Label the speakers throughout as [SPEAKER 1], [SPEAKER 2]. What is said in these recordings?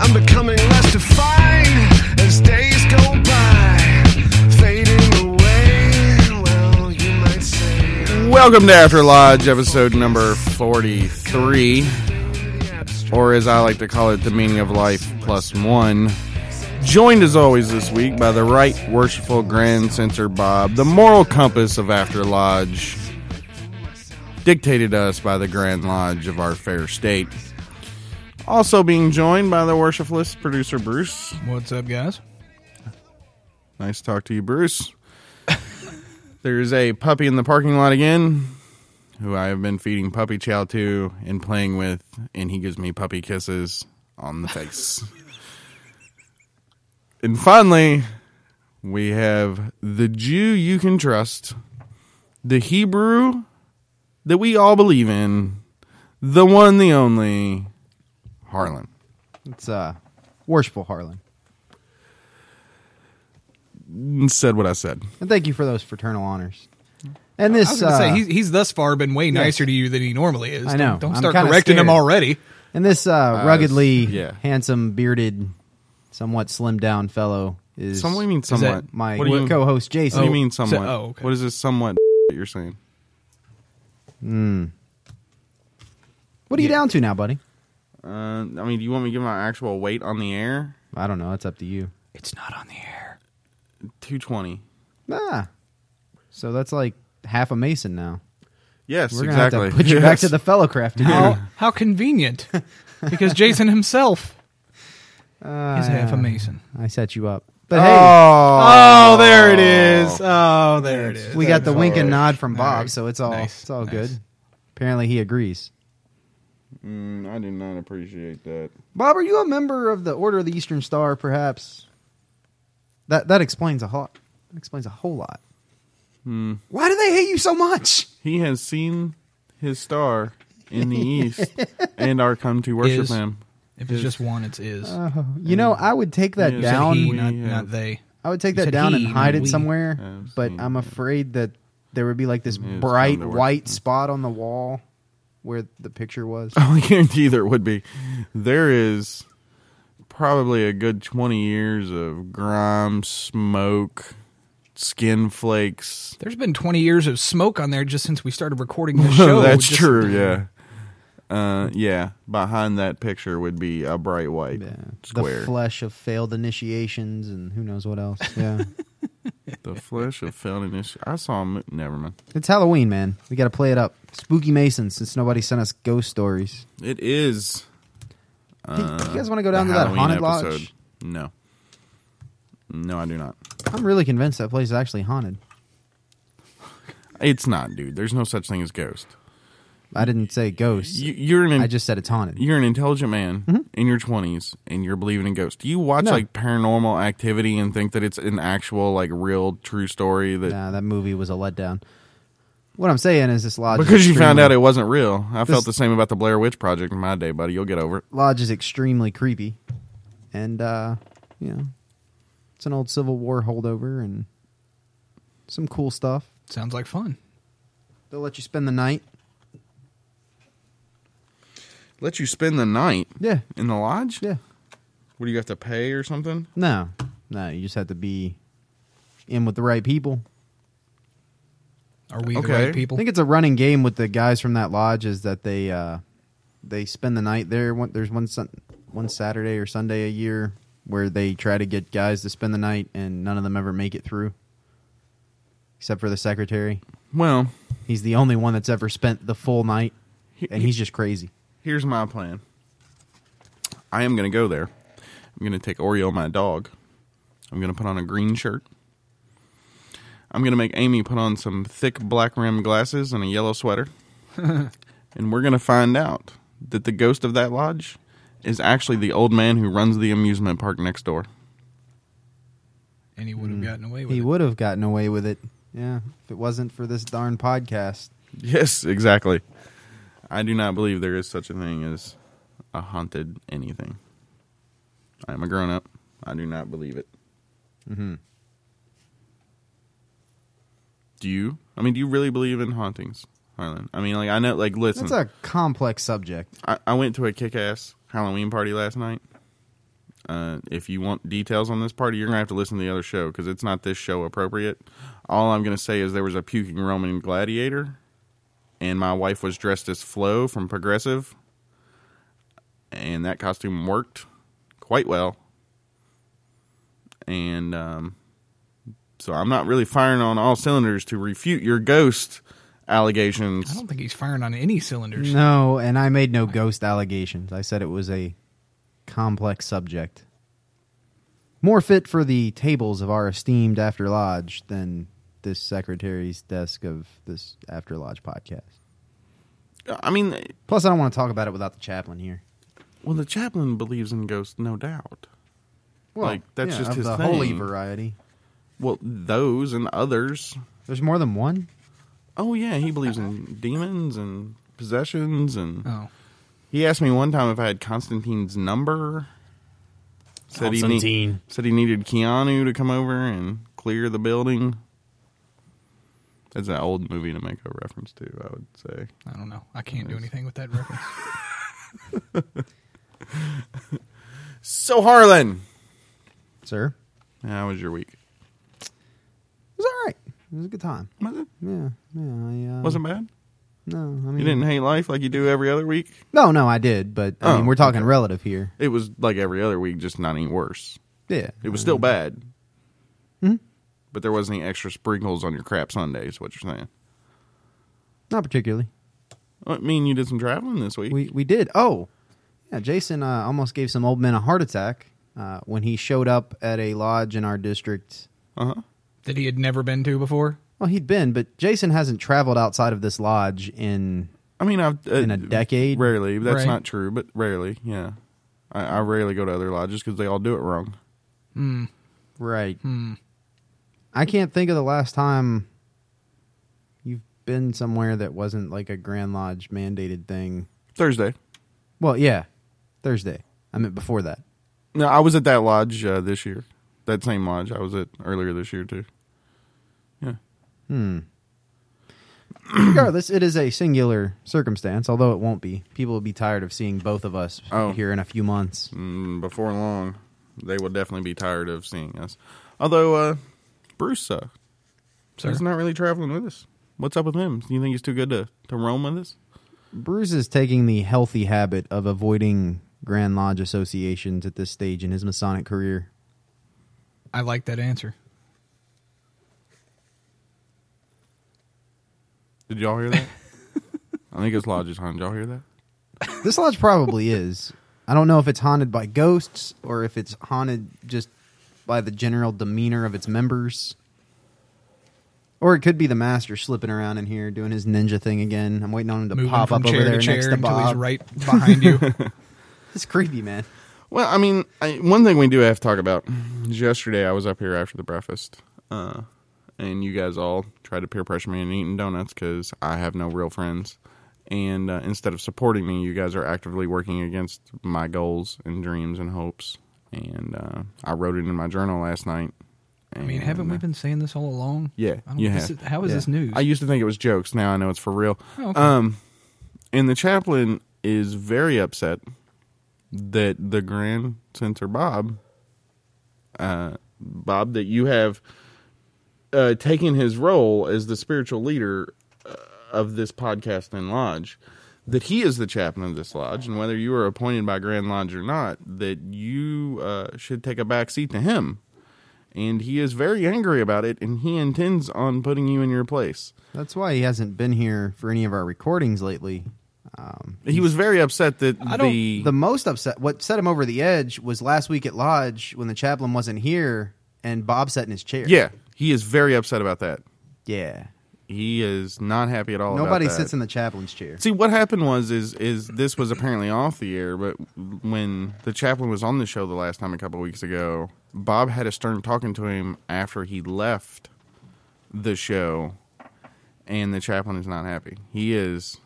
[SPEAKER 1] I'm becoming less defined as days go by, fading away. Well, you might say
[SPEAKER 2] Welcome to After Lodge, episode number 43, or as I like to call it, the meaning of life plus one. Joined as always this week by the right worshipful Grand Censor Bob, the moral compass of After Lodge, dictated to us by the Grand Lodge of our fair state. Also being joined by the worshipfulest producer Bruce.
[SPEAKER 3] What's up, guys?
[SPEAKER 2] Nice to talk to you, Bruce. There's a puppy in the parking lot again who I have been feeding puppy chow to and playing with, and he gives me puppy kisses on the face. and finally, we have the Jew you can trust, the Hebrew that we all believe in, the one, the only, Harlan.
[SPEAKER 4] It's uh, worshipful Harlan,
[SPEAKER 2] Said what I said.
[SPEAKER 4] and thank you for those fraternal honors. And this,
[SPEAKER 3] I was gonna
[SPEAKER 4] uh,
[SPEAKER 3] say he's, he's thus far been way nicer to you than he normally is.
[SPEAKER 4] I know.
[SPEAKER 3] Don't, don't
[SPEAKER 4] I'm
[SPEAKER 3] start
[SPEAKER 4] kinda
[SPEAKER 3] correcting him
[SPEAKER 4] scared.
[SPEAKER 3] already.
[SPEAKER 4] and this uh, ruggedly
[SPEAKER 2] it's- yeah.
[SPEAKER 4] handsome, bearded, somewhat slimmed down fellow is
[SPEAKER 2] Somewhat means
[SPEAKER 3] that
[SPEAKER 2] somewhat.
[SPEAKER 4] my
[SPEAKER 2] what do you, what
[SPEAKER 4] co-host Jason.
[SPEAKER 2] do you mean
[SPEAKER 3] so-
[SPEAKER 2] somewhat?
[SPEAKER 3] oh, okay.
[SPEAKER 2] What is this somewhat that you're saying?
[SPEAKER 4] What are you down to now, buddy?
[SPEAKER 2] Uh, I mean, do you want me to give my actual weight on the air?
[SPEAKER 4] I don't know. It's up to you.
[SPEAKER 3] It's not on the air.
[SPEAKER 2] 220.
[SPEAKER 4] Ah, so that's like half a mason now.
[SPEAKER 2] Yes,
[SPEAKER 4] We're gonna
[SPEAKER 2] exactly.
[SPEAKER 4] have to put you
[SPEAKER 2] Yes.
[SPEAKER 4] back to the fellow craft.
[SPEAKER 3] How how convenient, because Jason himself is half a mason.
[SPEAKER 4] Ah. I set you up, but hey,
[SPEAKER 2] Oh,
[SPEAKER 3] Oh, there it is. Oh, there it is.
[SPEAKER 4] we got the wink and nod from Bob,
[SPEAKER 3] Nice.
[SPEAKER 4] so it's all
[SPEAKER 3] Nice.
[SPEAKER 4] it's all
[SPEAKER 3] Nice.
[SPEAKER 4] good. Apparently, he agrees.
[SPEAKER 2] Mm, I do not appreciate that.
[SPEAKER 4] Bob, are you a member of the Order of the Eastern Star? Perhaps that that explains a lot. That explains a whole lot. Why do they hate you so much?
[SPEAKER 2] He has seen his star in the east and are come to worship
[SPEAKER 3] Is.
[SPEAKER 2] him.
[SPEAKER 3] If it's just one, it's is.
[SPEAKER 4] You know, I would take that
[SPEAKER 2] Yeah, so
[SPEAKER 4] Uh, down.
[SPEAKER 3] he,
[SPEAKER 2] we
[SPEAKER 3] not,
[SPEAKER 2] have-
[SPEAKER 3] not they.
[SPEAKER 4] I would take that
[SPEAKER 3] You said
[SPEAKER 4] down
[SPEAKER 3] he,
[SPEAKER 4] and
[SPEAKER 3] not
[SPEAKER 4] hide it
[SPEAKER 3] we.
[SPEAKER 4] somewhere.
[SPEAKER 2] I've
[SPEAKER 4] but
[SPEAKER 2] seen
[SPEAKER 4] I'm
[SPEAKER 2] it.
[SPEAKER 4] afraid that there would be like this
[SPEAKER 2] it's
[SPEAKER 4] bright
[SPEAKER 2] time to work.
[SPEAKER 4] white spot on the wall where the picture was.
[SPEAKER 2] I guarantee there would be. There is probably a good 20 years of grime, smoke, skin flakes.
[SPEAKER 3] There's been 20 years of smoke on there just since we started recording this show.
[SPEAKER 2] That's
[SPEAKER 3] Just-
[SPEAKER 2] true, yeah. Uh, yeah, behind that picture would be a bright white
[SPEAKER 4] Yeah.
[SPEAKER 2] square.
[SPEAKER 4] The flesh of failed initiations and who knows what else. Yeah,
[SPEAKER 2] The flesh of felonious. I saw him. Never mind.
[SPEAKER 4] it's Halloween, man. We got to play it up. Spooky Mason, since nobody sent us ghost stories.
[SPEAKER 2] It is.
[SPEAKER 4] Do you- do you guys want to go
[SPEAKER 2] Uh, the
[SPEAKER 4] down to that
[SPEAKER 2] Halloween
[SPEAKER 4] haunted
[SPEAKER 2] episode.
[SPEAKER 4] lodge?
[SPEAKER 2] No. No, I do not.
[SPEAKER 4] I'm really convinced that place is actually haunted.
[SPEAKER 2] It's not, dude. There's no such thing as ghost.
[SPEAKER 4] I didn't say ghosts.
[SPEAKER 2] You, you're an.
[SPEAKER 4] I just said it's haunted.
[SPEAKER 2] You're an intelligent man in your 20s and you're believing in ghosts. Do you watch
[SPEAKER 4] No.
[SPEAKER 2] like paranormal activity and think that it's an actual, like, real, true story that.
[SPEAKER 4] nah, that movie was a letdown. What I'm saying is this lodge is
[SPEAKER 2] Because you found
[SPEAKER 4] extremely-
[SPEAKER 2] out it wasn't real. I felt
[SPEAKER 4] This-
[SPEAKER 2] the same about the Blair Witch Project in my day, buddy. You'll get over it.
[SPEAKER 4] lodge is extremely creepy, and uh, you know It's an old Civil War holdover and some cool stuff.
[SPEAKER 3] Sounds like fun.
[SPEAKER 4] They'll let you spend the night.
[SPEAKER 2] Let you spend the night
[SPEAKER 4] Yeah.
[SPEAKER 2] in the lodge?
[SPEAKER 4] Yeah.
[SPEAKER 2] What do you have to pay or something?
[SPEAKER 4] No. No, you just have to be in with the right people.
[SPEAKER 3] Are we the
[SPEAKER 2] Okay.
[SPEAKER 3] right people?
[SPEAKER 4] I think it's a running game with the guys from that lodge is that they uh, they spend the night there. One, there's one sun, one Saturday or Sunday a year where they try to get guys to spend the night, and none of them ever make it through, except for the secretary.
[SPEAKER 2] Well,
[SPEAKER 4] He's the only one that's ever spent the full night, and he's just crazy.
[SPEAKER 2] here's my plan. I am going to go there. I'm going to take Oreo, my dog. I'm going to put on a green shirt. I'm going to make Amy put on some thick black rimmed glasses and a yellow sweater. and we're going to find out that the ghost of that lodge is actually the old man who runs the amusement park next door.
[SPEAKER 3] and he would have gotten away with
[SPEAKER 4] Hmm. He
[SPEAKER 3] it.
[SPEAKER 4] would have gotten away with it, yeah, if it wasn't for this darn podcast.
[SPEAKER 2] Yes, exactly. I do not believe there is such a thing as a haunted anything. I am a grown up. I do not believe it. Mm-hmm. Do you? I mean, do you really believe in hauntings, Harlan? I mean, like I know, like listen,
[SPEAKER 4] That's a complex subject.
[SPEAKER 2] I, I went to a kick-ass Halloween party last night. Uh, if you want details on this party, you're gonna have to listen to the other show because it's not this show appropriate. All I'm gonna say is there was a puking Roman gladiator, and my wife was dressed as Flo from Progressive, and that costume worked quite well. And um, so I'm not really firing on all cylinders to refute your ghost
[SPEAKER 3] I
[SPEAKER 2] allegations.
[SPEAKER 3] don't think he's firing on any cylinders.
[SPEAKER 4] No, and I made no ghost allegations. I said it was a complex subject. More fit for the tables of our esteemed After Lodge than this secretary's desk of this After Lodge podcast.
[SPEAKER 2] I mean,
[SPEAKER 4] Plus, I don't want to talk about it without the chaplain here.
[SPEAKER 2] Well, the chaplain believes in ghosts, no doubt.
[SPEAKER 4] Well,
[SPEAKER 2] Like, that's just
[SPEAKER 4] of
[SPEAKER 2] his
[SPEAKER 4] the holy
[SPEAKER 2] thing.
[SPEAKER 4] variety.
[SPEAKER 2] Well, those and others.
[SPEAKER 4] There's more than one.
[SPEAKER 2] Oh yeah, he believes in demons and possessions, and
[SPEAKER 3] Oh,
[SPEAKER 2] he asked me one time if I had Constantine's number. Said he, need-
[SPEAKER 4] Constantine.
[SPEAKER 2] said he needed Keanu to come over and clear the building. That's an old movie to make a reference to, I would say.
[SPEAKER 3] I don't know. I can't do anything with that reference.
[SPEAKER 2] So Harlan,
[SPEAKER 4] Sir,
[SPEAKER 2] how was your week?
[SPEAKER 4] it was all right. It was a good time.
[SPEAKER 2] Was it?
[SPEAKER 4] Yeah, yeah. I, uh,
[SPEAKER 2] Wasn't bad.
[SPEAKER 4] no. I mean,
[SPEAKER 2] You didn't hate life like you do every other week.
[SPEAKER 4] no, no. I did, but I
[SPEAKER 2] Oh,
[SPEAKER 4] mean, we're talking
[SPEAKER 2] okay.
[SPEAKER 4] relative here.
[SPEAKER 2] It was like every other week, just not any worse.
[SPEAKER 4] Yeah,
[SPEAKER 2] It was still bad.
[SPEAKER 4] Hmm?
[SPEAKER 2] But there wasn't any extra sprinkles on your crap Sunday, is what you're saying.
[SPEAKER 4] not particularly.
[SPEAKER 2] I mean, you did some traveling this week.
[SPEAKER 4] We we did. Oh, yeah. Jason uh, almost gave some old men a heart attack uh, when he showed up at a lodge in our district.
[SPEAKER 2] uh huh.
[SPEAKER 3] that he had never been to before.
[SPEAKER 4] Well, he'd been, but Jason hasn't traveled outside of this lodge in.
[SPEAKER 2] I mean, I've. Uh,
[SPEAKER 4] In a decade?
[SPEAKER 2] Rarely. That's
[SPEAKER 3] Right.
[SPEAKER 2] not true, but rarely, yeah. I, I rarely go to other lodges because they all do it wrong.
[SPEAKER 4] Right. I can't think of the last time you've been somewhere that wasn't like a Grand Lodge mandated thing.
[SPEAKER 2] Thursday.
[SPEAKER 4] Well, yeah, Thursday. I meant before that.
[SPEAKER 2] No, I was at that lodge uh, this year. That same lodge I was at earlier this year, too. Yeah.
[SPEAKER 4] Regardless, it is a singular circumstance, although it won't be. People will be tired of seeing both of us
[SPEAKER 2] Oh.
[SPEAKER 4] here in a few months.
[SPEAKER 2] Mm, before long, they will definitely be tired of seeing us. Although, uh, Bruce, uh,
[SPEAKER 3] Sir.
[SPEAKER 2] he's not really traveling with us. What's up with him? Do you think he's too good to, to roam with us?
[SPEAKER 4] Bruce is taking the healthy habit of avoiding Grand Lodge associations at this stage in his Masonic career.
[SPEAKER 3] I like that answer.
[SPEAKER 2] Did y'all hear that? I think it's lodges, huh? Did y'all hear that?
[SPEAKER 4] This lodge probably is. I don't know if it's haunted by ghosts or if it's haunted just by the general demeanor of its members. Or it could be the master slipping around in here doing his ninja thing again. I'm waiting on him to
[SPEAKER 3] Moving
[SPEAKER 4] pop
[SPEAKER 3] from
[SPEAKER 4] up
[SPEAKER 3] chair
[SPEAKER 4] over there
[SPEAKER 3] to chair
[SPEAKER 4] next to
[SPEAKER 3] until he's
[SPEAKER 4] Bob.
[SPEAKER 3] right behind you.
[SPEAKER 4] It's creepy, man.
[SPEAKER 2] Well, I mean, I, one thing we do have to talk about is yesterday I was up here after the breakfast, uh, and you guys all tried to peer pressure me into eating donuts because I have no real friends. And uh, instead of supporting me, you guys are actively working against my goals and dreams and hopes. and uh, I wrote it in my journal last night.
[SPEAKER 3] I mean, haven't we been saying this all along?
[SPEAKER 2] Yeah,
[SPEAKER 3] I don't,
[SPEAKER 2] you
[SPEAKER 3] this
[SPEAKER 2] have.
[SPEAKER 3] is- how is
[SPEAKER 4] Yeah.
[SPEAKER 3] this news?
[SPEAKER 2] I used to think it was jokes. Now I know it's for real.
[SPEAKER 3] Oh, okay.
[SPEAKER 2] Um, and the chaplain is very upset that the Grand Center Bob, uh, Bob, that you have uh, taken his role as the spiritual leader uh, of this podcast and lodge. That he is the chaplain of this lodge, and whether you are appointed by Grand Lodge or not, that you uh, should take a back seat to him. And he is very angry about it, and he intends on putting you in your place.
[SPEAKER 4] That's why he hasn't been here for any of our recordings lately. Um,
[SPEAKER 2] He was very upset that the,
[SPEAKER 4] the most upset, what set him over the edge, was last week at lodge when the chaplain wasn't here and Bob sat in his chair.
[SPEAKER 2] yeah he is very upset about that.
[SPEAKER 4] yeah.
[SPEAKER 2] He is Oh, not happy at all.
[SPEAKER 4] Nobody
[SPEAKER 2] about that.
[SPEAKER 4] sits in the chaplain's chair.
[SPEAKER 2] See what happened was is is this was apparently off the air, but when the chaplain was on the show the last time a couple weeks ago, Bob had a stern talking to him after he left the show, and the chaplain is not happy. He is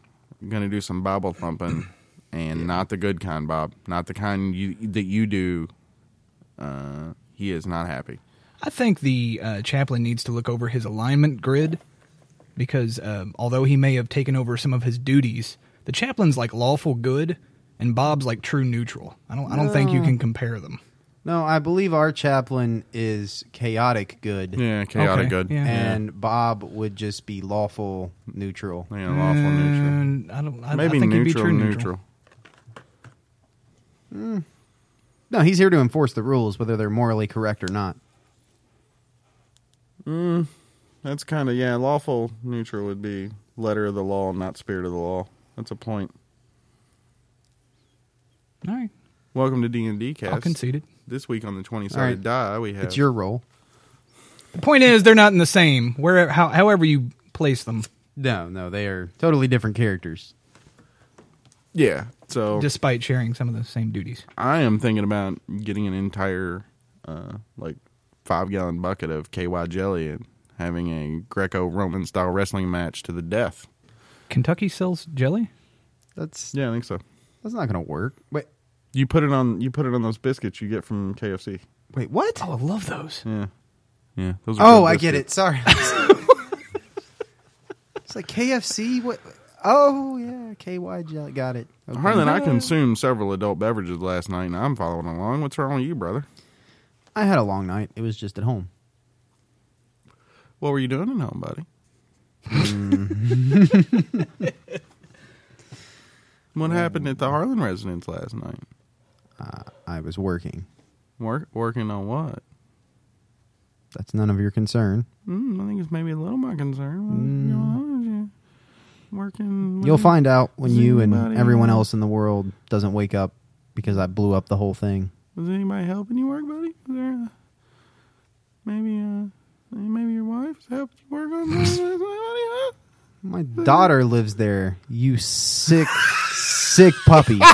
[SPEAKER 2] going to do some Bible thumping, and not the good kind, Bob, not the kind you that you do. Uh, he is not happy.
[SPEAKER 3] I think the uh, chaplain needs to look over his alignment grid because um, although he may have taken over some of his duties, the chaplain's like lawful good and Bob's like true neutral. I don't. I don't think you can compare them.
[SPEAKER 4] No, I believe our chaplain is chaotic good.
[SPEAKER 2] Yeah, chaotic
[SPEAKER 3] Okay,
[SPEAKER 2] good.
[SPEAKER 3] yeah.
[SPEAKER 4] And Bob would just be lawful neutral. Mm.
[SPEAKER 2] yeah, lawful neutral.
[SPEAKER 3] And I don't. I,
[SPEAKER 2] Maybe
[SPEAKER 3] I think he'd be
[SPEAKER 2] neutral,
[SPEAKER 3] true neutral.
[SPEAKER 2] neutral.
[SPEAKER 4] No, he's here to enforce the rules, whether they're morally correct or not.
[SPEAKER 2] That's kind of yeah. Lawful neutral would be letter of the law, not spirit of the law. That's a point.
[SPEAKER 3] All right,
[SPEAKER 2] Welcome to D and D
[SPEAKER 3] I'll
[SPEAKER 2] cast.
[SPEAKER 3] concede it.
[SPEAKER 2] This week on the twenty
[SPEAKER 4] All
[SPEAKER 2] sided
[SPEAKER 4] right.
[SPEAKER 2] die, we have
[SPEAKER 4] It's your role.
[SPEAKER 3] The point is they're not in the same. Where how, however you place them,
[SPEAKER 4] No, no, they are totally different characters.
[SPEAKER 2] yeah. So
[SPEAKER 3] despite sharing some of the same duties.
[SPEAKER 2] I am thinking about getting an entire uh, like five gallon bucket of KY jelly and having a Greco Roman style wrestling match to the death.
[SPEAKER 3] Kentucky sells jelly.
[SPEAKER 4] That's
[SPEAKER 2] Yeah, I think so.
[SPEAKER 4] that's not going to work. Wait,
[SPEAKER 2] You put it on. You put it on those biscuits you get from KFC.
[SPEAKER 4] wait, what?
[SPEAKER 3] Oh, I love those.
[SPEAKER 2] Yeah, yeah. Those are
[SPEAKER 4] Oh,
[SPEAKER 2] good
[SPEAKER 4] I get it.
[SPEAKER 2] biscuits.
[SPEAKER 4] Sorry. it's like KFC. What? Oh yeah, KY jelly. Got it. Okay.
[SPEAKER 2] Harlan, I consumed several adult beverages last night, and I'm following along. What's wrong with you, brother?
[SPEAKER 4] I had a long night. It was just at home.
[SPEAKER 2] What were you doing at home, buddy? what happened at the Harlan residence last night?
[SPEAKER 4] I was working.
[SPEAKER 2] Work working on what?
[SPEAKER 4] That's none of your concern.
[SPEAKER 2] Mm, I think it's maybe a little my concern. What- you know, what was you working.
[SPEAKER 4] You'll find out when you and
[SPEAKER 2] Somebody-
[SPEAKER 4] everyone else in the world doesn't wake up because I blew up the whole thing.
[SPEAKER 2] Was anybody helping you work, buddy? Was there uh, maybe uh, maybe your wife's helped you work on this?
[SPEAKER 4] My daughter lives there. You sick, sick puppy.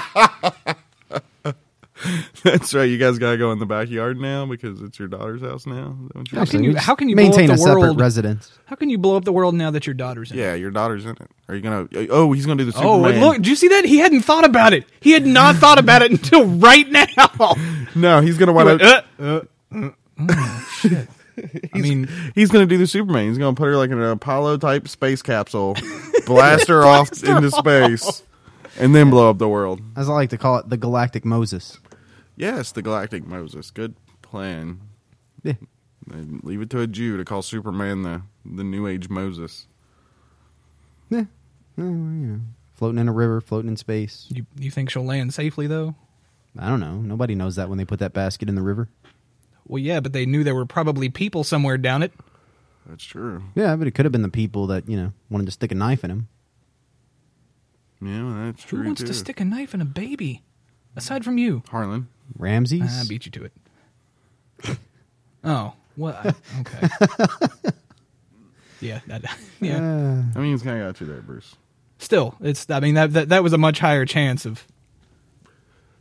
[SPEAKER 2] That's right. You guys gotta go in the backyard now because it's your daughter's house now. Is that what you're
[SPEAKER 3] How can
[SPEAKER 4] So
[SPEAKER 3] you?
[SPEAKER 4] just
[SPEAKER 3] How can you
[SPEAKER 4] maintain
[SPEAKER 3] blow
[SPEAKER 4] a
[SPEAKER 3] up the
[SPEAKER 4] separate
[SPEAKER 3] world?
[SPEAKER 4] residence?
[SPEAKER 3] how can you blow up the world now that your daughter's in? it?
[SPEAKER 2] Yeah, your daughter's in it. Are you gonna? Oh, he's gonna do the
[SPEAKER 3] Oh,
[SPEAKER 2] Superman.
[SPEAKER 3] look, do you see that? He hadn't thought about it. He had not thought about it until right now.
[SPEAKER 2] No, he's gonna want to.
[SPEAKER 3] Uh,
[SPEAKER 2] Oh,
[SPEAKER 3] I mean,
[SPEAKER 2] He's gonna do the Superman. He's gonna put her like in an Apollo type space capsule, blast her off into space, and then blow up the world.
[SPEAKER 4] As I like to call it, the Galactic Moses.
[SPEAKER 2] Yes, the Galactic Moses. Good plan.
[SPEAKER 4] Yeah.
[SPEAKER 2] And leave it to a Jew to call Superman the the New Age Moses.
[SPEAKER 4] Yeah. Yeah, well, you know, Floating in a river, floating in space.
[SPEAKER 3] you, you think she'll land safely, though?
[SPEAKER 4] I don't know. Nobody knows that when they put that basket in the river.
[SPEAKER 3] Well, yeah, but they knew there were probably people somewhere down it.
[SPEAKER 2] That's true.
[SPEAKER 4] Yeah, but it could have been the people that, you know, wanted to stick a knife in him.
[SPEAKER 2] Yeah, that's
[SPEAKER 3] Who
[SPEAKER 2] true
[SPEAKER 3] wants
[SPEAKER 2] too.
[SPEAKER 3] to stick a knife in a baby? Aside from you. Ah,
[SPEAKER 2] Harlan.
[SPEAKER 4] Ramses?
[SPEAKER 2] Ah,
[SPEAKER 3] I beat you to it. Oh, what? I- okay. yeah, that, yeah.
[SPEAKER 4] Uh,
[SPEAKER 2] I mean, he's kind of got you there, Bruce.
[SPEAKER 3] Still, it's. I mean, that, that that was a much higher chance of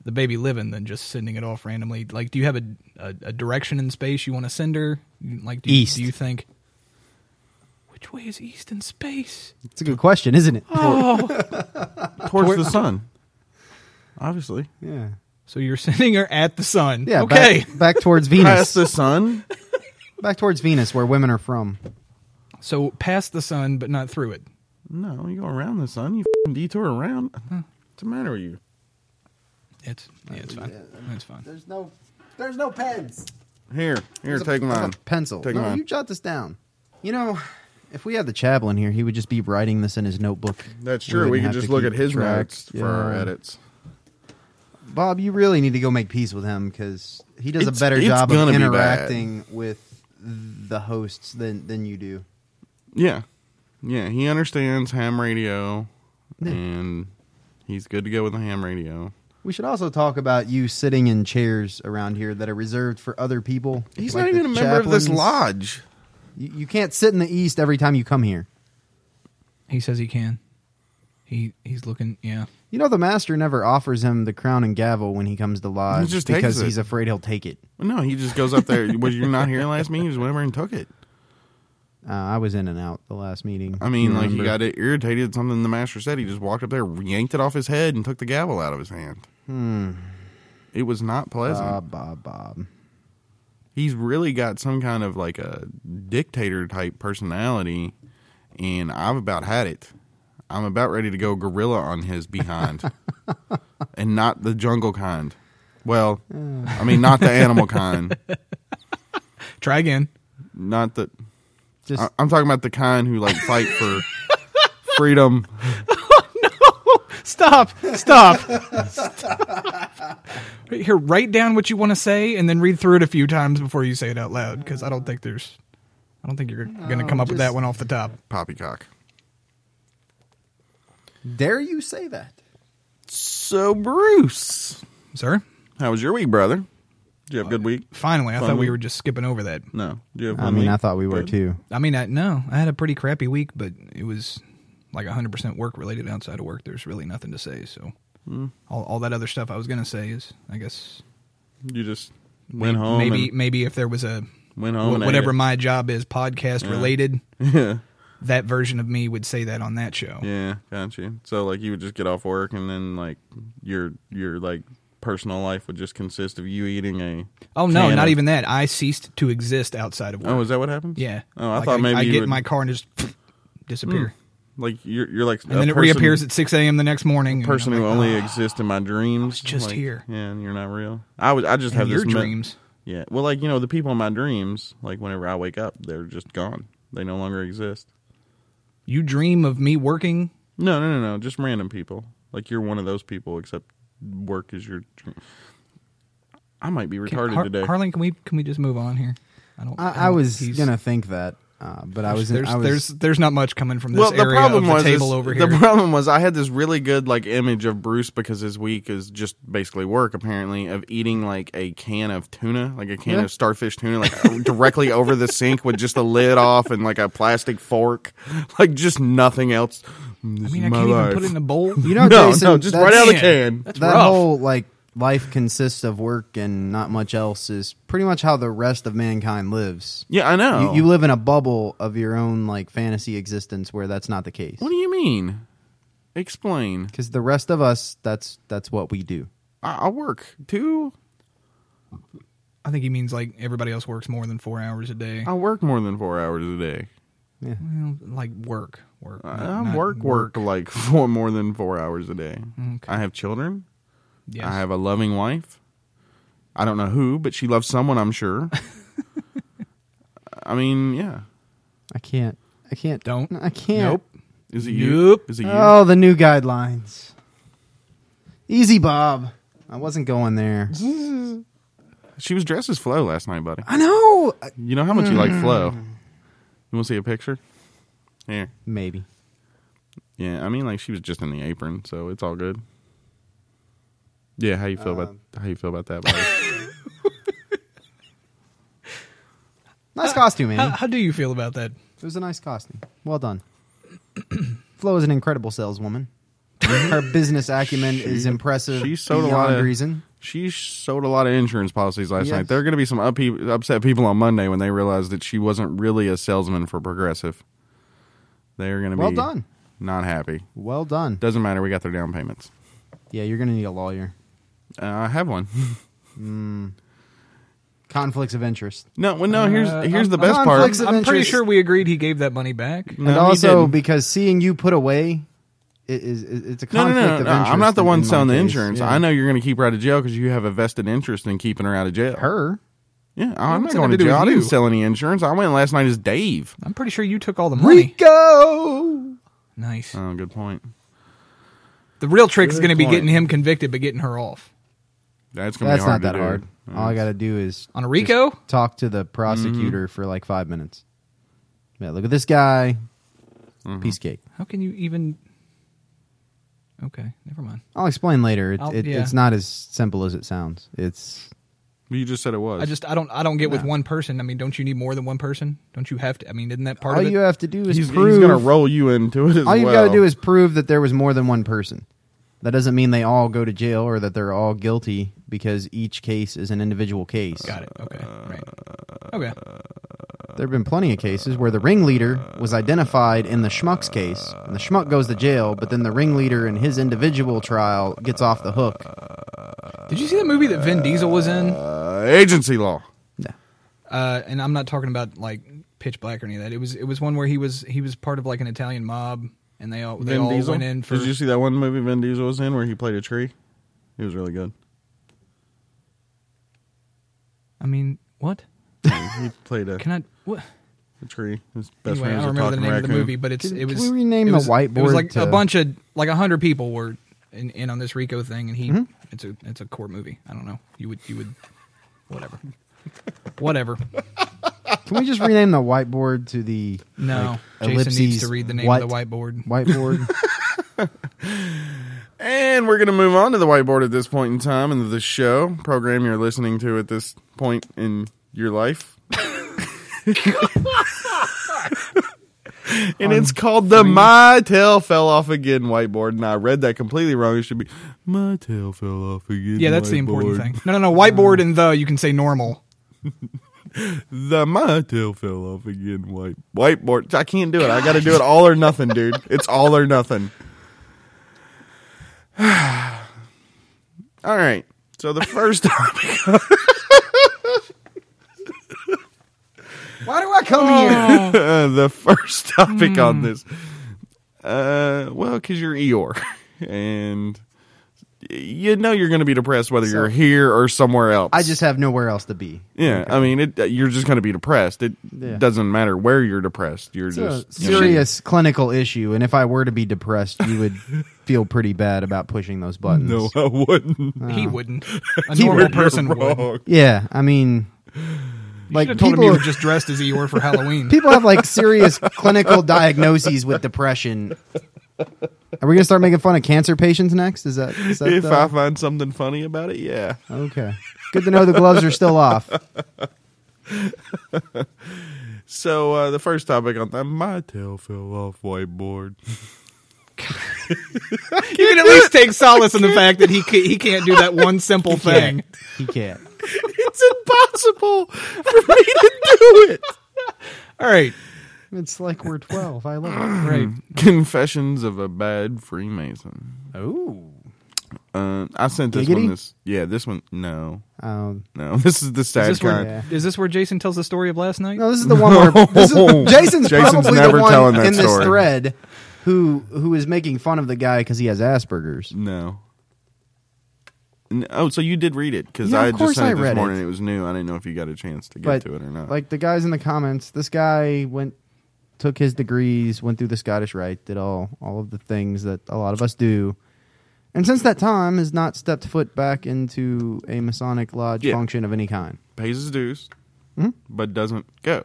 [SPEAKER 3] the baby living than just sending it off randomly. Like, do you have a a, a direction in space you want to send her? Like, do you,
[SPEAKER 4] East.
[SPEAKER 3] Do you think which way is east in space?
[SPEAKER 4] it's a good question,
[SPEAKER 2] Ah.
[SPEAKER 4] isn't it?
[SPEAKER 3] Oh,
[SPEAKER 2] Towards the sun. Obviously.
[SPEAKER 4] Yeah.
[SPEAKER 3] So you're sending her at the sun.
[SPEAKER 4] Yeah.
[SPEAKER 3] Okay.
[SPEAKER 4] Back, back towards
[SPEAKER 2] Past
[SPEAKER 4] Venus.
[SPEAKER 2] the sun.
[SPEAKER 4] Back towards Venus, where women are from.
[SPEAKER 3] So past the sun, but not through it.
[SPEAKER 2] No, you go around the sun. You f detour around. What's the matter with you?
[SPEAKER 3] It's yeah, it's fine. It's fine.
[SPEAKER 4] There's no, there's no pens.
[SPEAKER 2] Here, here, take mine.
[SPEAKER 4] pencil.
[SPEAKER 2] Take
[SPEAKER 4] no,
[SPEAKER 2] mine.
[SPEAKER 4] you jot this down. You know, if we had the chaplain here, he would just be writing this in his notebook.
[SPEAKER 2] That's
[SPEAKER 4] We
[SPEAKER 2] true. We,
[SPEAKER 4] wouldn't
[SPEAKER 2] could
[SPEAKER 4] have
[SPEAKER 2] just
[SPEAKER 4] to
[SPEAKER 2] look
[SPEAKER 4] keep
[SPEAKER 2] at his
[SPEAKER 4] track.
[SPEAKER 2] notes for our
[SPEAKER 4] Yeah.
[SPEAKER 2] edits.
[SPEAKER 4] Bob, you really need to go make peace with him because he does
[SPEAKER 2] It's-
[SPEAKER 4] a better
[SPEAKER 2] it's
[SPEAKER 4] job
[SPEAKER 2] gonna
[SPEAKER 4] of
[SPEAKER 2] be bad.
[SPEAKER 4] interacting with the hosts than than you do.
[SPEAKER 2] Yeah, yeah. He understands ham radio, and he's good to go with the ham radio.
[SPEAKER 4] We should also talk about you sitting in chairs around here that are reserved for other people.
[SPEAKER 2] He's
[SPEAKER 4] like
[SPEAKER 2] not
[SPEAKER 4] the
[SPEAKER 2] even a member of this
[SPEAKER 4] chaplains.
[SPEAKER 2] lodge.
[SPEAKER 4] You, you can't sit in the east every time you come here.
[SPEAKER 3] He says he can. He he's looking. Yeah.
[SPEAKER 4] You know the master never offers him the crown and gavel when he comes to lodge
[SPEAKER 2] just takes
[SPEAKER 4] because
[SPEAKER 2] it.
[SPEAKER 4] he's afraid he'll take it.
[SPEAKER 2] No, he just goes up there. Was you not here last meeting? He just went over and took it.
[SPEAKER 4] Uh, I was in and out the last meeting.
[SPEAKER 2] I mean,
[SPEAKER 4] You
[SPEAKER 2] like he
[SPEAKER 4] remember?
[SPEAKER 2] got it irritated at something the master said. He just walked up there, yanked it off his head, and took the gavel out of his hand. Hmm. It was not pleasant.
[SPEAKER 4] Bob, Bob, Bob.
[SPEAKER 2] he's really got some kind of like a dictator type personality, and I've about had it. I'm about ready to go gorilla on his behind, and not the jungle kind. Well, I mean, not the animal kind.
[SPEAKER 3] Try again.
[SPEAKER 2] Not the.
[SPEAKER 4] Just
[SPEAKER 2] I- I'm talking about the kind who like fight for freedom.
[SPEAKER 3] Stop. Stop. Stop. Here, write down what you want to say, and then read through it a few times before you say it out loud. Because I don't think there's, I don't think you're going to come up with
[SPEAKER 4] just-
[SPEAKER 3] that one off the top.
[SPEAKER 2] Poppycock.
[SPEAKER 4] dare you say that?
[SPEAKER 2] So Bruce,
[SPEAKER 3] Sir,
[SPEAKER 2] how was your week, brother? Did you have a good week?
[SPEAKER 3] finally, I
[SPEAKER 2] Fun
[SPEAKER 3] thought we
[SPEAKER 2] week.
[SPEAKER 3] were just skipping over that.
[SPEAKER 2] No. Did you have
[SPEAKER 4] I
[SPEAKER 2] one
[SPEAKER 4] mean,
[SPEAKER 2] week?
[SPEAKER 4] I thought we were
[SPEAKER 2] Good?
[SPEAKER 4] too.
[SPEAKER 3] I mean, I no, I had a pretty crappy week, but it was like 100% work related. Outside of work, there's really nothing to say. So
[SPEAKER 2] Hmm.
[SPEAKER 3] all, all that other stuff I was going to say is, I guess,
[SPEAKER 2] You just went home.
[SPEAKER 3] maybe
[SPEAKER 2] and-
[SPEAKER 3] maybe if there was a
[SPEAKER 2] Went home and ate
[SPEAKER 3] whatever
[SPEAKER 2] it.
[SPEAKER 3] my job is podcast related,
[SPEAKER 2] yeah.
[SPEAKER 3] that version of me would say that on that show.
[SPEAKER 2] Yeah, gotcha. So like you would just get off work and then like your your like personal life would just consist of you eating a
[SPEAKER 3] Oh no,
[SPEAKER 2] can
[SPEAKER 3] not
[SPEAKER 2] of-
[SPEAKER 3] even that. I ceased to exist outside of work.
[SPEAKER 2] Oh, is that what happens?
[SPEAKER 3] yeah.
[SPEAKER 2] Oh, I
[SPEAKER 3] Like,
[SPEAKER 2] thought maybe
[SPEAKER 3] I
[SPEAKER 2] you
[SPEAKER 3] get in
[SPEAKER 2] would- Hmm.
[SPEAKER 3] my car and just disappear,
[SPEAKER 2] Like you're you're like
[SPEAKER 3] and then it reappears at 6 a.m. the next morning. and
[SPEAKER 2] person
[SPEAKER 3] I'm
[SPEAKER 2] who
[SPEAKER 3] like,
[SPEAKER 2] only
[SPEAKER 3] "Ah,
[SPEAKER 2] exists in my dreams.
[SPEAKER 3] just
[SPEAKER 2] like,
[SPEAKER 3] here.
[SPEAKER 2] Yeah, and you're not real. I would I just
[SPEAKER 3] and
[SPEAKER 2] have
[SPEAKER 3] your
[SPEAKER 2] this me-
[SPEAKER 3] dreams.
[SPEAKER 2] Yeah. Well, like you know, the people in my dreams, like whenever I wake up, they're just gone. They no longer exist.
[SPEAKER 3] You dream of me working.
[SPEAKER 2] No, no, no, no. Just random people. Like you're one of those people, except work is your. Dream. I might be
[SPEAKER 3] Can-
[SPEAKER 2] retarded
[SPEAKER 3] Har-
[SPEAKER 2] today.
[SPEAKER 3] Harlan, can we can we just move on here? I don't. don't-
[SPEAKER 4] I, I was
[SPEAKER 3] Oh, he's-
[SPEAKER 4] gonna think that, uh, but I was. in-
[SPEAKER 3] There's
[SPEAKER 4] I was
[SPEAKER 3] there's there's not much coming from this area of the table
[SPEAKER 2] is-
[SPEAKER 3] over
[SPEAKER 2] the
[SPEAKER 3] here.
[SPEAKER 2] problem was I had this really good like image of Bruce because his week is just basically work apparently of eating like a can of tuna, like a can
[SPEAKER 4] Yeah.
[SPEAKER 2] of starfish tuna, like directly over the sink with just the lid off and like a plastic fork, like just nothing else. I
[SPEAKER 3] I mean, I can't even put it in a bowl.
[SPEAKER 4] You know,
[SPEAKER 2] no,
[SPEAKER 4] Jason,
[SPEAKER 2] no, just
[SPEAKER 4] that's-
[SPEAKER 2] right out of the
[SPEAKER 3] Man,
[SPEAKER 2] can.
[SPEAKER 3] that's
[SPEAKER 4] that
[SPEAKER 3] rough.
[SPEAKER 4] whole like life consists of work and not much else is pretty much how the rest of mankind lives.
[SPEAKER 2] yeah, I know.
[SPEAKER 4] You, you live in a bubble of your own like fantasy existence where that's not the case.
[SPEAKER 2] what do you mean? Explain.
[SPEAKER 4] Because the rest of us, that's that's what we do.
[SPEAKER 2] I, I work too.
[SPEAKER 3] I think he means like everybody else works more than four hours a day.
[SPEAKER 2] I work more than four hours a day.
[SPEAKER 4] Yeah.
[SPEAKER 3] Well, like work, work. not-
[SPEAKER 2] Uh, I
[SPEAKER 3] not
[SPEAKER 2] work work like four more than four hours a day. I have children.
[SPEAKER 3] Yes.
[SPEAKER 2] I have a loving wife. I don't know who, but she loves someone. I'm sure. I mean, yeah.
[SPEAKER 4] I can't. I can't.
[SPEAKER 3] Don't.
[SPEAKER 4] I can't.
[SPEAKER 3] Nope.
[SPEAKER 2] Is it you?
[SPEAKER 3] Nope.
[SPEAKER 2] Is it you?
[SPEAKER 4] Oh, the new guidelines. Easy, Bob. I wasn't going there.
[SPEAKER 2] She was dressed as Flo last night, buddy.
[SPEAKER 4] I know. I-
[SPEAKER 2] You know how much you like Flo.
[SPEAKER 3] Mm.
[SPEAKER 2] You want to see a picture? Here.
[SPEAKER 4] Maybe.
[SPEAKER 2] Yeah. I mean, like she was just in the apron, so it's all good. Yeah. How you feel
[SPEAKER 3] Um.
[SPEAKER 2] about how you feel about that? Buddy?
[SPEAKER 4] Nice costume,
[SPEAKER 3] How,
[SPEAKER 2] Mm-hmm.
[SPEAKER 4] man.
[SPEAKER 3] how do you feel about that?
[SPEAKER 4] It was a nice costume. Well done. Flo is an incredible saleswoman.
[SPEAKER 2] Mm-hmm.
[SPEAKER 4] Her business acumen is impressive
[SPEAKER 2] she sold a
[SPEAKER 4] beyond
[SPEAKER 2] lot of-
[SPEAKER 4] reason.
[SPEAKER 2] She sold a lot of insurance policies last
[SPEAKER 4] Yes.
[SPEAKER 2] night. There are going to be some uphe- upset people on Monday when they realize that she wasn't really a salesman for Progressive. They're going to
[SPEAKER 4] Well
[SPEAKER 2] be
[SPEAKER 4] done.
[SPEAKER 2] not happy.
[SPEAKER 4] Well done.
[SPEAKER 2] Doesn't matter. We got their down payments.
[SPEAKER 4] Yeah, you're gonna need a lawyer.
[SPEAKER 2] Uh, I have one.
[SPEAKER 4] Conflicts of interest.
[SPEAKER 2] No, well, no. Here's
[SPEAKER 3] Uh,
[SPEAKER 2] here's
[SPEAKER 3] I'm-
[SPEAKER 2] the
[SPEAKER 3] I'm
[SPEAKER 2] best
[SPEAKER 4] on
[SPEAKER 2] part.
[SPEAKER 4] Flix- Conflicts of
[SPEAKER 3] I'm pretty
[SPEAKER 4] interest.
[SPEAKER 3] sure we agreed he gave that money back.
[SPEAKER 2] No,
[SPEAKER 4] and
[SPEAKER 2] he
[SPEAKER 4] also
[SPEAKER 2] didn't.
[SPEAKER 4] because seeing you put away i- is, is it's a
[SPEAKER 2] no, no, no,
[SPEAKER 4] conflict
[SPEAKER 2] no,
[SPEAKER 4] of
[SPEAKER 2] no.
[SPEAKER 4] interest.
[SPEAKER 2] I'm not the
[SPEAKER 4] in-
[SPEAKER 2] one
[SPEAKER 4] in my
[SPEAKER 2] selling the
[SPEAKER 4] case.
[SPEAKER 2] insurance.
[SPEAKER 4] Yeah.
[SPEAKER 2] I know you're going to keep her out of jail because you have a vested interest in keeping her out of jail.
[SPEAKER 4] her.
[SPEAKER 2] Yeah, I'm not
[SPEAKER 3] what's it
[SPEAKER 2] going
[SPEAKER 3] got
[SPEAKER 2] to
[SPEAKER 3] to do
[SPEAKER 2] jail.
[SPEAKER 3] with
[SPEAKER 2] I
[SPEAKER 3] you?
[SPEAKER 2] didn't sell any insurance. I went last night as Dave.
[SPEAKER 3] I'm pretty sure you took all the money.
[SPEAKER 4] Go.
[SPEAKER 3] Nice.
[SPEAKER 2] Oh, good point.
[SPEAKER 3] The real trick is
[SPEAKER 2] Good
[SPEAKER 3] going to be
[SPEAKER 2] point.
[SPEAKER 3] getting him convicted, but getting her off
[SPEAKER 2] That's going to be
[SPEAKER 4] That's
[SPEAKER 2] hard.
[SPEAKER 4] not that
[SPEAKER 2] to do.
[SPEAKER 4] hard. All I got to do is
[SPEAKER 3] on a
[SPEAKER 4] just
[SPEAKER 3] Rico.
[SPEAKER 4] talk to the
[SPEAKER 2] Mm-hmm.
[SPEAKER 4] prosecutor for like five minutes. Yeah, look at this guy.
[SPEAKER 2] Mm-hmm.
[SPEAKER 4] Piece of cake.
[SPEAKER 3] How can you even? Okay, never mind.
[SPEAKER 4] I'll explain later. It,
[SPEAKER 3] I'll-
[SPEAKER 4] it,
[SPEAKER 3] yeah.
[SPEAKER 4] It's not as simple as it sounds. It's
[SPEAKER 2] You just said it was.
[SPEAKER 3] I just I don't I don't get with one person. I mean, don't you need more than one person? Don't you have to? I mean, isn't that part
[SPEAKER 4] all
[SPEAKER 3] of it?
[SPEAKER 4] you have to do is
[SPEAKER 2] he's, he's
[SPEAKER 4] prove.
[SPEAKER 2] going to roll you into it. As
[SPEAKER 4] all you've
[SPEAKER 2] well.
[SPEAKER 4] got to do is prove that there was more than one person. That doesn't mean they all go to jail or that they're all guilty because each case is an individual case.
[SPEAKER 3] Got it. Okay. Right. Okay.
[SPEAKER 4] There have been plenty of cases where the ringleader was identified in the schmuck's case, and the schmuck goes to jail, but then the ringleader in his individual trial gets off the hook.
[SPEAKER 3] Did you see the movie that Vin Diesel was in?
[SPEAKER 2] uh, agency law.
[SPEAKER 4] No.
[SPEAKER 3] Uh, and I'm not talking about like Pitch Black or any of that. It was it was one where he was he was part of like an Italian mob, and they all they
[SPEAKER 2] Vin
[SPEAKER 3] all
[SPEAKER 2] Diesel.
[SPEAKER 3] went in for.
[SPEAKER 2] Did you see that one movie Vin Diesel was in where he played a tree? It was really good.
[SPEAKER 3] I mean, what
[SPEAKER 2] he played a,
[SPEAKER 3] can I? What?
[SPEAKER 2] a tree. His best
[SPEAKER 3] Anyway, I
[SPEAKER 2] friend was
[SPEAKER 3] don't
[SPEAKER 2] a
[SPEAKER 3] remember the
[SPEAKER 2] talking
[SPEAKER 3] name of
[SPEAKER 2] raccoon.
[SPEAKER 3] the movie, but it's
[SPEAKER 4] Can- can
[SPEAKER 3] it was.
[SPEAKER 4] we rename
[SPEAKER 3] it
[SPEAKER 4] the
[SPEAKER 3] was, It
[SPEAKER 4] whiteboard
[SPEAKER 3] was like
[SPEAKER 4] to-
[SPEAKER 3] a bunch of like a hundred people were in, in on this Rico thing, and he
[SPEAKER 4] Mm-hmm.
[SPEAKER 3] it's a it's a court movie. I don't know. You would you would whatever, whatever.
[SPEAKER 4] Can we just rename the whiteboard to the
[SPEAKER 3] No,
[SPEAKER 4] like,
[SPEAKER 3] Jason needs to
[SPEAKER 4] ellipses
[SPEAKER 3] read the name of the
[SPEAKER 4] white-
[SPEAKER 3] whiteboard.
[SPEAKER 4] whiteboard?
[SPEAKER 2] And we're going to move on to the whiteboard at this point in time in the show program you're listening to at this point in your life. and it's called the My Tail Fell Off Again whiteboard. And I read that completely wrong. It should be My Tail Fell Off Again.
[SPEAKER 3] Yeah, that's the important
[SPEAKER 2] whiteboard.
[SPEAKER 3] thing. No, no, no.
[SPEAKER 4] Uh,
[SPEAKER 3] Whiteboard and the you can say normal.
[SPEAKER 2] The My Tail Fell Off Again white, whiteboard. I can't do it. I got to do it all or nothing, dude. It's all or nothing. All right. So the first topic
[SPEAKER 3] Why do I come here?
[SPEAKER 2] Uh, the first topic
[SPEAKER 4] Hmm.
[SPEAKER 2] on this. Uh, well, because you're Eeyore, and you know you're going to be depressed whether you're here or somewhere else.
[SPEAKER 4] I just have nowhere else to be.
[SPEAKER 2] yeah, I mean, it, uh, you're just going to be depressed. It
[SPEAKER 4] Yeah.
[SPEAKER 2] doesn't matter where you're depressed. You're
[SPEAKER 4] It's a
[SPEAKER 2] just you know,
[SPEAKER 4] serious clinical issue, and if I were to be depressed, you would feel pretty bad about pushing those buttons.
[SPEAKER 2] No, I wouldn't.
[SPEAKER 3] he wouldn't. A
[SPEAKER 4] uh, He
[SPEAKER 3] normal
[SPEAKER 4] would.
[SPEAKER 3] person would. You
[SPEAKER 2] Wrong.
[SPEAKER 4] Yeah, I mean, like
[SPEAKER 3] should've
[SPEAKER 4] people,
[SPEAKER 3] told him you were just dressed as Eeyore for Halloween.
[SPEAKER 4] people have like serious clinical diagnoses with depression. Are we gonna start making fun of cancer patients next? Is that, is that
[SPEAKER 2] If
[SPEAKER 4] the-
[SPEAKER 2] I find something funny about it, yeah.
[SPEAKER 4] okay? Good to know the gloves are still off.
[SPEAKER 2] So uh, the first topic on that, my tail fell off whiteboard.
[SPEAKER 3] You can at least take solace in the fact that he ca- he can't do that one simple thing.
[SPEAKER 4] He can't.
[SPEAKER 2] it's impossible for me to do it.
[SPEAKER 3] All right,
[SPEAKER 4] It's like we're twelve. I love.
[SPEAKER 2] Hmm,
[SPEAKER 3] right.
[SPEAKER 2] Confessions of a Bad Freemason.
[SPEAKER 4] It. Ooh.
[SPEAKER 2] Uh, I sent this
[SPEAKER 4] Giggity?
[SPEAKER 2] one. This yeah, this one. No,
[SPEAKER 4] Um,
[SPEAKER 2] no, this is the
[SPEAKER 3] Is
[SPEAKER 2] sad
[SPEAKER 3] this where
[SPEAKER 2] kind.
[SPEAKER 3] is
[SPEAKER 4] Yeah.
[SPEAKER 3] this where Jason tells the story of last night?
[SPEAKER 4] no, this is the one where this is, Jason's,
[SPEAKER 2] Jason's
[SPEAKER 4] probably
[SPEAKER 2] never
[SPEAKER 4] the one
[SPEAKER 2] telling that
[SPEAKER 4] in
[SPEAKER 2] story.
[SPEAKER 4] this thread who who is making fun of the guy because he has Asperger's.
[SPEAKER 2] No. N- Oh, so you did read it because
[SPEAKER 4] Yeah,
[SPEAKER 2] I
[SPEAKER 4] of
[SPEAKER 2] just
[SPEAKER 4] course
[SPEAKER 2] sent
[SPEAKER 4] I
[SPEAKER 2] it this
[SPEAKER 4] read
[SPEAKER 2] morning.
[SPEAKER 4] it.
[SPEAKER 2] It. was new. I didn't know if you got a chance to get to it or not.
[SPEAKER 4] Like the guys in the comments, this guy went took his degrees, went through the Scottish Rite, did all all of the things that a lot of us do. And since that time has not stepped foot back into a Masonic lodge
[SPEAKER 2] Yeah.
[SPEAKER 4] function of any kind.
[SPEAKER 2] Pays his dues,
[SPEAKER 4] Mhm.
[SPEAKER 2] but doesn't go.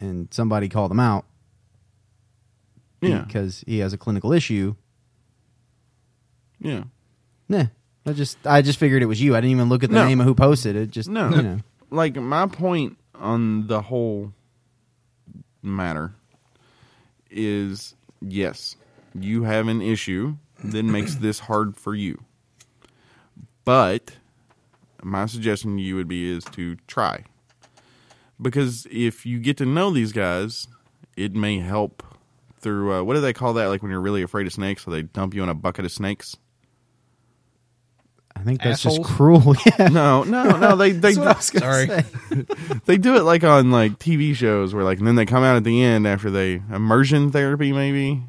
[SPEAKER 4] And somebody called him out
[SPEAKER 2] Yeah,
[SPEAKER 4] because he has a clinical issue.
[SPEAKER 2] yeah.
[SPEAKER 4] Nah. I just I just figured it was you. I didn't even look at the
[SPEAKER 2] No.
[SPEAKER 4] name of who posted it. Just
[SPEAKER 2] No.
[SPEAKER 4] you know.
[SPEAKER 2] Like my point on the whole matter is yes, you have an issue that makes this hard for you. But my suggestion to you would be is to try. Because if you get to know these guys, it may help through uh, what do they call that? Like when you're really afraid of snakes, so they dump you in a bucket of snakes.
[SPEAKER 4] I think that's
[SPEAKER 3] Assholes?
[SPEAKER 4] just cruel. Yeah.
[SPEAKER 2] No, no, no. They they
[SPEAKER 4] That's what I was gonna
[SPEAKER 3] Sorry.
[SPEAKER 4] say.
[SPEAKER 2] they do it like on like TV shows where like and then they come out at the end after they immersion therapy maybe.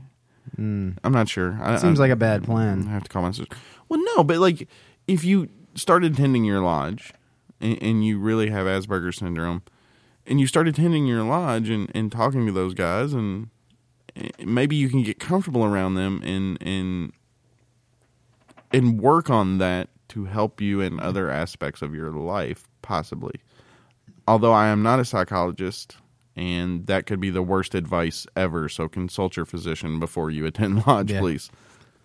[SPEAKER 2] I'm not sure. I,
[SPEAKER 4] Seems
[SPEAKER 2] I-
[SPEAKER 4] like a bad
[SPEAKER 2] I
[SPEAKER 4] plan.
[SPEAKER 2] have to call my sister. Well, no, but like if you start attending your lodge and, and you really have Asperger's syndrome, and you start attending your lodge and, and talking to those guys, and, and maybe you can get comfortable around them and and and work on that to help you in other aspects of your life, possibly. Although I am not a psychologist. And that could be the worst advice ever. So consult your physician before you attend lodge,
[SPEAKER 4] Yeah.
[SPEAKER 2] please.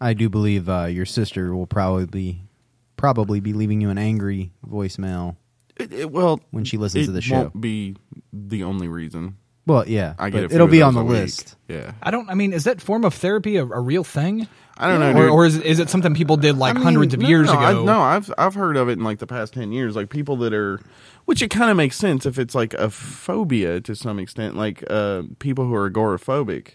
[SPEAKER 4] I do believe uh, your sister will probably be, probably be leaving you an angry voicemail.
[SPEAKER 2] It, it- well,
[SPEAKER 4] When she listens
[SPEAKER 2] it
[SPEAKER 4] to the show.
[SPEAKER 2] won't be the only reason.
[SPEAKER 4] Well, yeah,
[SPEAKER 2] I
[SPEAKER 4] but
[SPEAKER 2] get a few
[SPEAKER 4] it'll
[SPEAKER 2] of
[SPEAKER 4] be
[SPEAKER 2] those
[SPEAKER 4] on the
[SPEAKER 2] a week.
[SPEAKER 4] list.
[SPEAKER 2] Yeah,
[SPEAKER 3] I don't. I mean, is that form of therapy a, a real thing?
[SPEAKER 2] I don't know,
[SPEAKER 3] or,
[SPEAKER 2] dude.
[SPEAKER 3] or is, is it something people did like
[SPEAKER 2] I mean,
[SPEAKER 3] hundreds of
[SPEAKER 2] no,
[SPEAKER 3] years
[SPEAKER 2] no, I-
[SPEAKER 3] ago?
[SPEAKER 2] no, I've I've heard of it in like the past ten years. Like people that are, which it kind of makes sense if it's like a phobia to some extent. Like uh, people who are agoraphobic,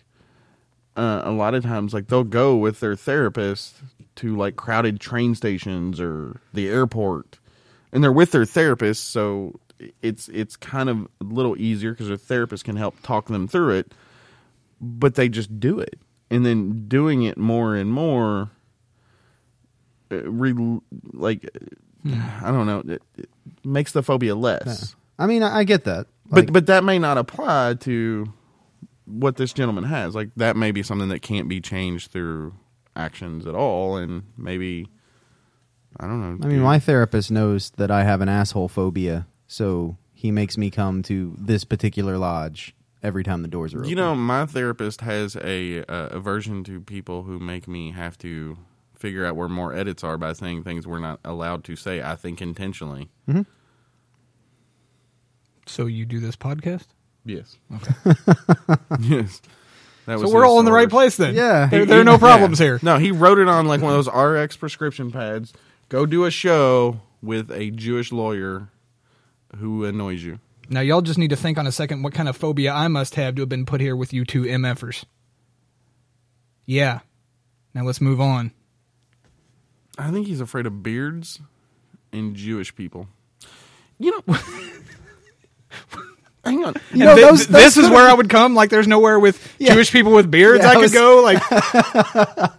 [SPEAKER 2] uh, a lot of times like they'll go with their therapist to like crowded train stations or the airport, and they're with their therapist, so it's it's kind of a little easier because their therapist can help talk them through it. But they just do it, and then doing it more and more uh, re, like I don't know, it, it makes the phobia less.
[SPEAKER 4] I mean, I, I get that,
[SPEAKER 2] but but that may not apply to what this gentleman has. Like that may be something that can't be changed through actions at all, and maybe I don't know.
[SPEAKER 4] I mean,
[SPEAKER 2] dude.
[SPEAKER 4] my therapist knows that I have an asshole phobia, so he makes me come to this particular lodge every time the doors are open.
[SPEAKER 2] you know, my therapist has a uh, aversion to people who make me have to figure out where more edits are by saying things we're not allowed to say. I think intentionally.
[SPEAKER 3] So you do this podcast?
[SPEAKER 2] Yes. Okay. yes. That
[SPEAKER 3] So
[SPEAKER 2] was
[SPEAKER 3] we're
[SPEAKER 2] his
[SPEAKER 3] all in the right
[SPEAKER 2] source.
[SPEAKER 3] place then.
[SPEAKER 4] Yeah.
[SPEAKER 3] there, there are no problems
[SPEAKER 2] Yeah.
[SPEAKER 3] here.
[SPEAKER 2] No, he wrote it on like one of those RX prescription pads. Go do a show with a Jewish lawyer who annoys you.
[SPEAKER 3] Now y'all just need to think on a second what kind of phobia I must have to have been put here with you two mfers. Yeah. Now let's move on.
[SPEAKER 2] I think he's afraid of beards and Jewish people. You know, hang on.
[SPEAKER 4] You know,
[SPEAKER 3] thi-
[SPEAKER 4] those-
[SPEAKER 3] this
[SPEAKER 4] those
[SPEAKER 3] is where I would come. Like, there's nowhere with Jewish people with beards
[SPEAKER 4] Yeah,
[SPEAKER 3] I
[SPEAKER 4] I
[SPEAKER 3] could
[SPEAKER 4] was-
[SPEAKER 3] go. Like,
[SPEAKER 2] A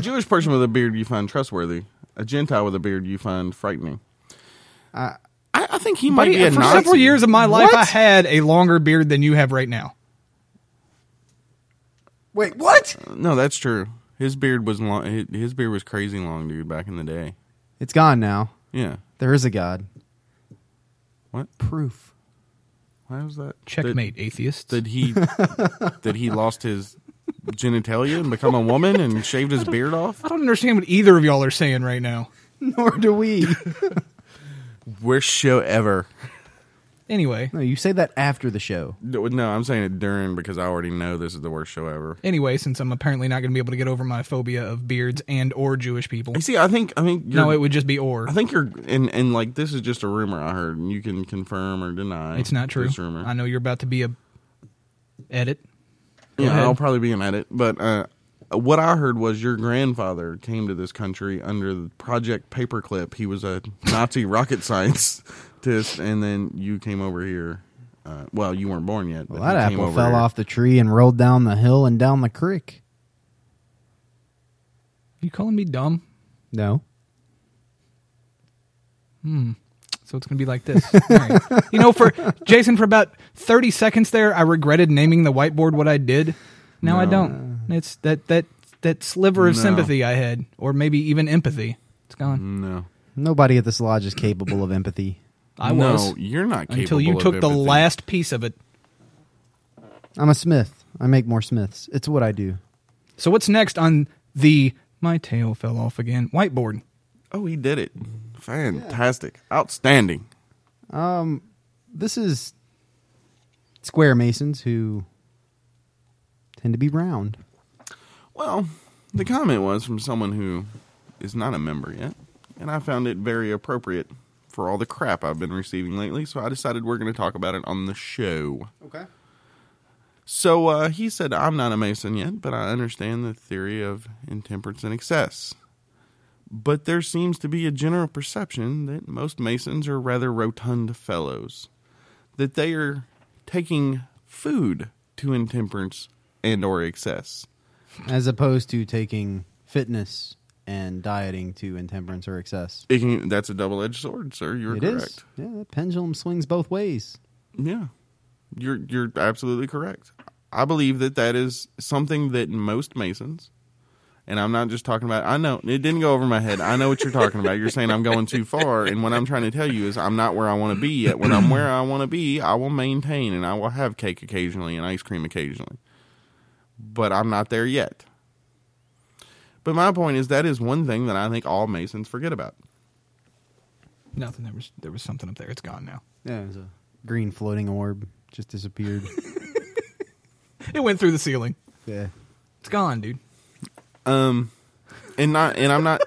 [SPEAKER 2] Jewish person with a beard you find trustworthy. A Gentile with a beard you find frightening. I, I think he might be a
[SPEAKER 3] for
[SPEAKER 2] Nazi.
[SPEAKER 3] several years of my life,
[SPEAKER 4] What?
[SPEAKER 3] I had a longer beard than you have right now.
[SPEAKER 4] Wait, what?
[SPEAKER 2] No, that's true. His beard was long. his- His beard was crazy long, dude. Back in the day.
[SPEAKER 4] It's gone now.
[SPEAKER 2] Yeah.
[SPEAKER 4] There is a god.
[SPEAKER 2] What?
[SPEAKER 4] Proof.
[SPEAKER 2] Why was that?
[SPEAKER 3] Checkmate, atheists.
[SPEAKER 2] That he that he lost his genitalia and become a woman and shaved his beard off?
[SPEAKER 3] I don't understand what either of y'all are saying right now.
[SPEAKER 4] Nor do we.
[SPEAKER 2] Worst show ever.
[SPEAKER 3] Anyway,
[SPEAKER 4] no, you say that after the show.
[SPEAKER 2] No, no, I'm saying it during because I already know this is the worst show ever.
[SPEAKER 3] anyway, since I'm apparently not going to be able to get over my phobia of beards and or Jewish people.
[SPEAKER 2] You see, I think I think you're,
[SPEAKER 3] No, it would just be or.
[SPEAKER 2] I think you're and and like this is just a rumor I heard and you can confirm or deny.
[SPEAKER 3] It's not true.
[SPEAKER 2] This rumor.
[SPEAKER 3] I know you're about to be a edit.
[SPEAKER 2] Yeah,
[SPEAKER 3] ahead.
[SPEAKER 2] I'll probably be an edit, but uh, what I heard was your grandfather came to this country under the Project Paperclip. He was a Nazi rocket scientist, and then you came over here. Uh, well, you weren't born yet. But
[SPEAKER 4] Well, that
[SPEAKER 2] you came
[SPEAKER 4] apple
[SPEAKER 2] over
[SPEAKER 4] fell
[SPEAKER 2] here.
[SPEAKER 4] off the tree and rolled down the hill and down the creek.
[SPEAKER 3] You calling me dumb?
[SPEAKER 4] No.
[SPEAKER 3] So it's going to be like this. All right. You know, for Jason, for about 30 seconds there, I regretted naming the whiteboard what I did. Now I
[SPEAKER 2] No.
[SPEAKER 3] don't. It's that, that, that sliver of
[SPEAKER 2] No. Mm.
[SPEAKER 3] sympathy I had, or maybe even empathy. It's gone.
[SPEAKER 2] No,
[SPEAKER 4] Nobody at this lodge is capable of empathy.
[SPEAKER 3] I
[SPEAKER 2] no,
[SPEAKER 3] was.
[SPEAKER 2] you're not capable
[SPEAKER 3] Until you
[SPEAKER 2] of
[SPEAKER 3] took the
[SPEAKER 2] empathy.
[SPEAKER 3] last piece of it.
[SPEAKER 4] I'm a smith. I make more smiths. It's what I do.
[SPEAKER 3] So what's next on the my tail fell off again whiteboard?
[SPEAKER 2] Oh, he did it! Fantastic, outstanding.
[SPEAKER 4] This is square masons who tend to be round.
[SPEAKER 2] Well, the comment was from someone who is not a member yet, and I found it very appropriate for all the crap I've been receiving lately, so I decided we're going to talk about it on the show.
[SPEAKER 4] Okay.
[SPEAKER 2] So uh, he said, I'm not a Mason yet, but I understand the theory of intemperance and excess. but there seems to be a general perception that most Masons are rather rotund fellows, that they are taking food to intemperance and or excess.
[SPEAKER 4] as opposed to taking fitness and dieting to intemperance or excess.
[SPEAKER 2] It can, that's a double-edged sword, sir. You're
[SPEAKER 4] It
[SPEAKER 2] correct.
[SPEAKER 4] is. Yeah, that pendulum swings both ways.
[SPEAKER 2] Yeah, you're you're absolutely correct. I believe that that is something that most Masons, and I'm not just talking about. I know it didn't go over my head. I know what you're talking about. You're saying I'm going too far, and what I'm trying to tell you is I'm not where I want to be yet. When I'm where I want to be, I will maintain, and I will have cake occasionally and ice cream occasionally, but I'm not there yet. But my point is that is one thing that I think all Masons forget about.
[SPEAKER 3] Nothing. There was there was something up there. It's gone now.
[SPEAKER 4] Yeah, there's a green floating orb just disappeared.
[SPEAKER 3] It went through the ceiling.
[SPEAKER 4] yeah.
[SPEAKER 3] It's gone, dude.
[SPEAKER 2] Um, and not, and I'm not.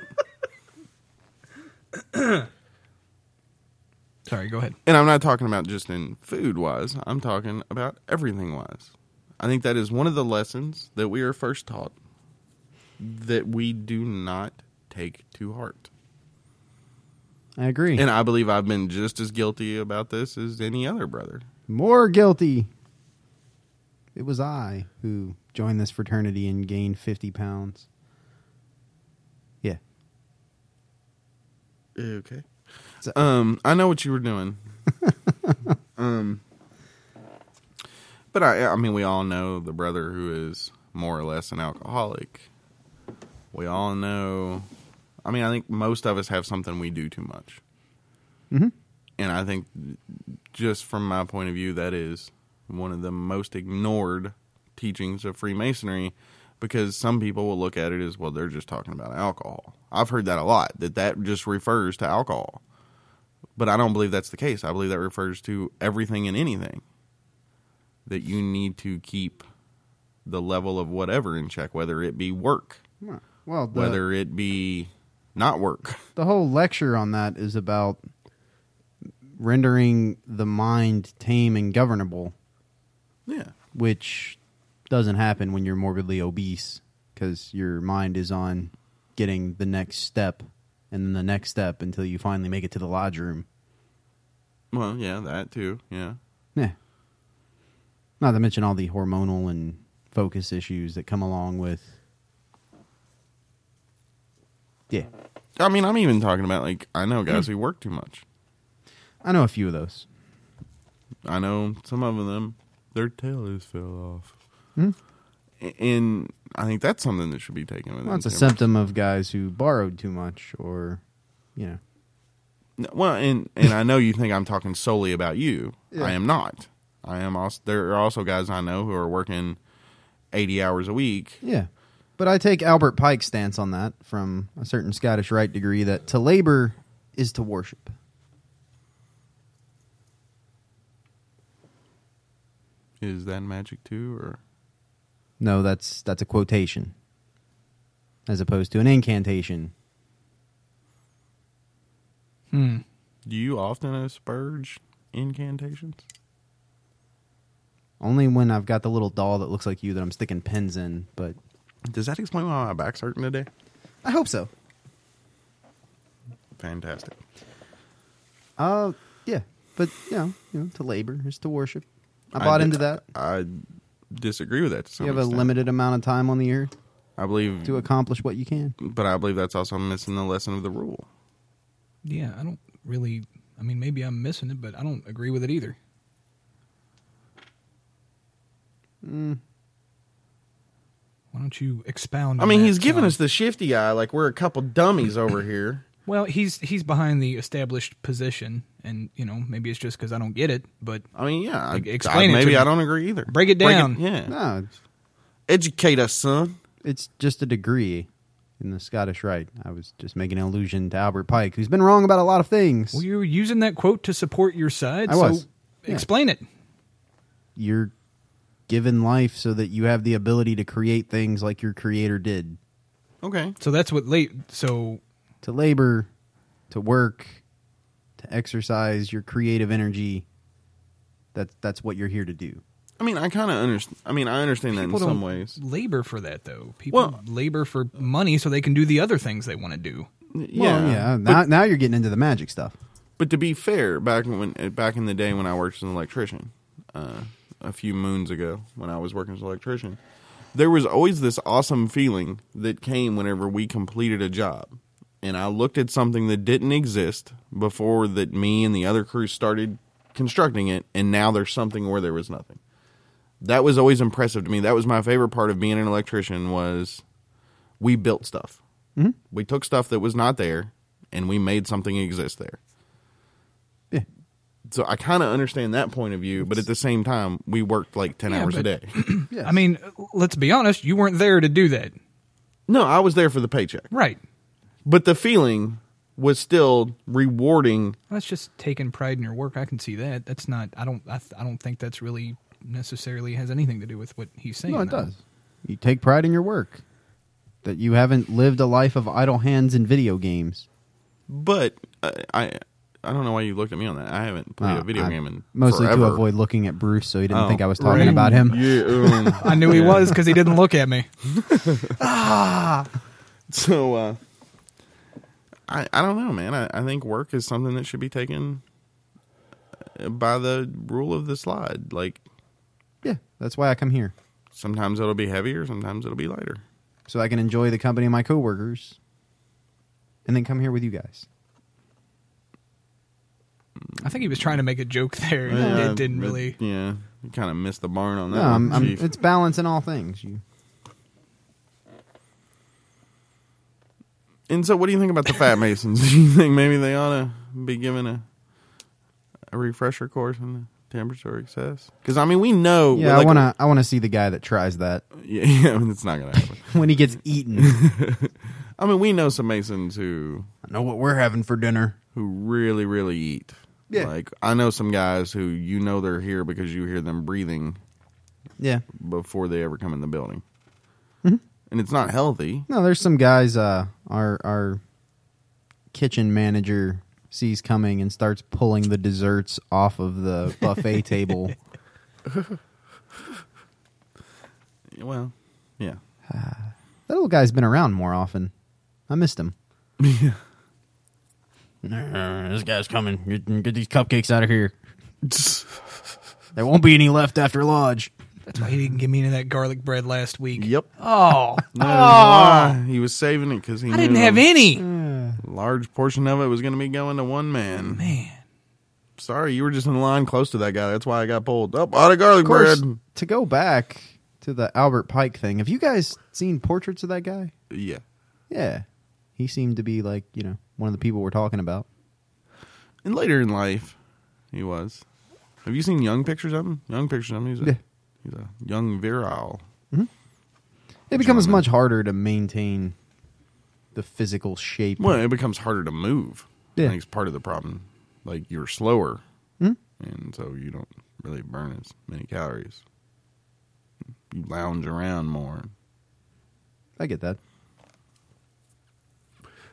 [SPEAKER 3] Sorry. Go ahead.
[SPEAKER 2] and I'm not talking about just in food wise, I'm talking about everything wise. I think that is one of the lessons that we are first taught that we do not take to heart.
[SPEAKER 4] I agree.
[SPEAKER 2] And I believe I've been just as guilty about this as any other brother.
[SPEAKER 4] More guilty. It was I who joined this fraternity and gained 50 pounds. Yeah.
[SPEAKER 2] Okay.
[SPEAKER 4] So-
[SPEAKER 2] Um, I know what you were doing. um, but I, I mean, we all know the brother who is more or less an alcoholic. We all know. I mean, I think most of us have something we do too much,
[SPEAKER 4] Mhm.
[SPEAKER 2] and I think just from my point of view, that is one of the most ignored teachings of Freemasonry because some people will look at it as well they're just talking about alcohol. I've heard that a lot that that just refers to alcohol. But I don't believe that's the case. I believe that refers to everything and anything that you need to keep the level of whatever in check whether it be work,
[SPEAKER 4] Well, the,
[SPEAKER 2] whether it be not work.
[SPEAKER 4] the whole lecture on that is about rendering the mind tame and governable,
[SPEAKER 2] Yeah.
[SPEAKER 4] which doesn't happen when you're morbidly obese because your mind is on getting the next step and then the next step until you finally make it to the lodge room.
[SPEAKER 2] Well, yeah, that too. Yeah.
[SPEAKER 4] Yeah. Not to mention all the hormonal and focus issues that come along with. Yeah,
[SPEAKER 2] I mean, I'm even talking about like I know guys
[SPEAKER 4] Hmm.
[SPEAKER 2] who work too much.
[SPEAKER 4] I know a few of those.
[SPEAKER 2] I know some of them, their tail is fell off.
[SPEAKER 4] Hmm.
[SPEAKER 2] A- And I think that's something that should be taken with.
[SPEAKER 4] Well, that's a
[SPEAKER 2] intemperance.
[SPEAKER 4] symptom of guys who borrowed too much, or you know,
[SPEAKER 2] No, Well, and and I know you think I'm talking solely about you. I am not. I am also. There are also guys I know who are working eighty hours a week.
[SPEAKER 4] yeah. But I take Albert Pike's stance on that from a certain Scottish Rite degree that to labor is to worship.
[SPEAKER 2] Is that magic too, or
[SPEAKER 4] No, that's that's a quotation, as opposed to an incantation.
[SPEAKER 3] Hmm.
[SPEAKER 2] do you often asperge incantations?
[SPEAKER 4] Only when I've got the little doll that looks like you that I'm sticking pins in. But
[SPEAKER 2] Does that explain why my back's hurting today?
[SPEAKER 4] I hope so.
[SPEAKER 2] Fantastic.
[SPEAKER 4] Uh, yeah, but you know, you know, to labor is to worship. I
[SPEAKER 2] I
[SPEAKER 4] bought
[SPEAKER 2] di-
[SPEAKER 4] into that.
[SPEAKER 2] I disagree with that. To some
[SPEAKER 4] You have a
[SPEAKER 2] extent.
[SPEAKER 4] limited amount of time on the earth
[SPEAKER 2] I believe
[SPEAKER 4] to accomplish what you can.
[SPEAKER 2] but I believe that's also missing the lesson of the rule.
[SPEAKER 3] Yeah. I don't really. I mean, maybe I'm missing it, but I don't agree with it either.
[SPEAKER 2] Mm.
[SPEAKER 3] Why don't you expound?
[SPEAKER 2] I
[SPEAKER 3] on
[SPEAKER 2] mean,
[SPEAKER 3] that,
[SPEAKER 2] he's giving
[SPEAKER 3] John?
[SPEAKER 2] us the shifty eye like we're a couple dummies over here.
[SPEAKER 3] Well, he's he's behind the established position, and you know maybe it's just because I don't get it, but
[SPEAKER 2] I mean, yeah, I,
[SPEAKER 3] Like, explain
[SPEAKER 2] I-
[SPEAKER 3] it to
[SPEAKER 2] maybe
[SPEAKER 3] me.
[SPEAKER 2] I don't agree either.
[SPEAKER 3] Break it down.
[SPEAKER 2] yeah,
[SPEAKER 4] No, it's,
[SPEAKER 2] educate us, son.
[SPEAKER 4] it's just a degree in the Scottish Rite. I was just making an allusion to Albert Pike, who's been wrong about a lot of things.
[SPEAKER 3] well, you were using that quote to support your side.
[SPEAKER 4] I
[SPEAKER 3] so
[SPEAKER 4] was. Yeah.
[SPEAKER 3] Explain it.
[SPEAKER 4] You're given life so that you have the ability to create things like your creator did.
[SPEAKER 2] Okay,
[SPEAKER 3] So that's what late. So
[SPEAKER 4] To labor, to work, to exercise your creative energy. That's that's what you're here to do.
[SPEAKER 2] I mean, I kind of understand. I mean, I understand that in
[SPEAKER 3] people
[SPEAKER 2] some
[SPEAKER 3] don't
[SPEAKER 2] ways.
[SPEAKER 3] labor for that though. People
[SPEAKER 2] Well-
[SPEAKER 3] labor for money so they can do the other things they want to do.
[SPEAKER 4] Yeah,
[SPEAKER 2] yeah,
[SPEAKER 4] yeah.
[SPEAKER 2] But,
[SPEAKER 4] Now, now you're getting into the magic stuff.
[SPEAKER 2] but to be fair, back when uh, back in the day when I worked as an electrician, uh, a few moons ago when I was working as an electrician, there was always this awesome feeling that came whenever we completed a job, and I looked at something that didn't exist before that me and the other crew started constructing it, and now there's something where there was nothing. That was always impressive to me. That was my favorite part of being an electrician was we built stuff.
[SPEAKER 4] Mm-hmm.
[SPEAKER 2] We took stuff that was not there and we made something exist there.
[SPEAKER 4] Yeah.
[SPEAKER 2] So I kind of understand that point of view, but at the same time, we worked like 10 hours a day.
[SPEAKER 4] Yeah.
[SPEAKER 3] I mean, let's be honest, you weren't there to do that.
[SPEAKER 2] no, I was there for the paycheck.
[SPEAKER 3] Right.
[SPEAKER 2] But the feeling was still rewarding.
[SPEAKER 3] That's just taking pride in your work. I can see that. That's not. I don't. I, th- I don't think that's really necessarily has anything to do with what he's saying.
[SPEAKER 4] No, it
[SPEAKER 3] though.
[SPEAKER 4] does. You take pride in your work. That you haven't lived a life of idle hands in video games.
[SPEAKER 2] But uh, I I don't know why you looked at me on that. I haven't played
[SPEAKER 4] Uh,
[SPEAKER 2] a video
[SPEAKER 4] I-
[SPEAKER 2] game in
[SPEAKER 4] mostly
[SPEAKER 2] forever.
[SPEAKER 4] to avoid looking at Bruce, so he didn't
[SPEAKER 2] Oh.
[SPEAKER 4] think I was talking
[SPEAKER 3] Right.
[SPEAKER 4] about him.
[SPEAKER 2] Yeah, um,
[SPEAKER 3] I knew he was because he didn't look at me.
[SPEAKER 2] So uh I I don't know, man. I, I think work is something that should be taken uh, by the rule of the slide. Like
[SPEAKER 4] Yeah, that's why I come here,
[SPEAKER 2] sometimes it'll be heavier, sometimes it'll be lighter.
[SPEAKER 4] so I can enjoy the company of my coworkers, and then come here with you guys.
[SPEAKER 3] I think he was trying to make a joke there. and
[SPEAKER 2] Yeah,
[SPEAKER 3] it didn't
[SPEAKER 2] but,
[SPEAKER 3] really.
[SPEAKER 2] Yeah. You kind of missed the barn on that.
[SPEAKER 4] No, I'm,
[SPEAKER 2] one,
[SPEAKER 4] I'm,
[SPEAKER 2] Chief.
[SPEAKER 4] it's balance in all things. You
[SPEAKER 2] and so what do you think about the fat masons? do you think maybe they ought to be given a a refresher course in the temperature excess? Cuz I mean, we know
[SPEAKER 4] Yeah, I
[SPEAKER 2] like-
[SPEAKER 4] want to. I want to see the guy that tries that
[SPEAKER 2] yeah, yeah, it's not going to happen.
[SPEAKER 4] when he gets eaten. I
[SPEAKER 2] I mean, we know some masons who
[SPEAKER 4] know what we're having for dinner.
[SPEAKER 2] who really really eat.
[SPEAKER 4] Yeah.
[SPEAKER 2] Like I know some guys who you know they're here because you hear them breathing
[SPEAKER 4] Yeah.
[SPEAKER 2] before they ever come in the building.
[SPEAKER 3] Mm-hmm.
[SPEAKER 2] And it's not healthy.
[SPEAKER 4] No, there's some guys. Uh, our our kitchen manager sees coming and starts pulling the desserts off of the buffet table.
[SPEAKER 2] Well, yeah.
[SPEAKER 4] That little guy's been around more often. I missed him. Yeah. This guy's coming. Get, get these cupcakes out of here. There won't be any left after lodge.
[SPEAKER 3] That's why he didn't give me any of that garlic bread last week.
[SPEAKER 2] Yep.
[SPEAKER 3] Oh,
[SPEAKER 2] No, why? He was saving it because he
[SPEAKER 3] I didn't
[SPEAKER 2] knew
[SPEAKER 3] have
[SPEAKER 2] a
[SPEAKER 3] any.
[SPEAKER 2] large portion of it was going to be going to one man.
[SPEAKER 3] Man,
[SPEAKER 2] Sorry, you were just in line close to that guy. That's why I got pulled. Up out of garlic
[SPEAKER 4] Of course,
[SPEAKER 2] bread.
[SPEAKER 4] to go back to the Albert Pike thing, have you guys seen portraits of that guy?
[SPEAKER 2] Yeah.
[SPEAKER 4] Yeah. He seemed to be like, you know, one of the people we're talking about.
[SPEAKER 2] And later in life, he was. Have you seen young pictures of him? Young pictures of him. He's a,
[SPEAKER 4] Yeah.
[SPEAKER 2] he's a young virile.
[SPEAKER 4] It becomes much harder to maintain the physical shape.
[SPEAKER 2] Well, it becomes harder to move.
[SPEAKER 4] Yeah. Hmm?
[SPEAKER 2] I think it's part of the problem. Like you're slower, and so you don't really burn as many calories. You lounge around more.
[SPEAKER 4] I get that.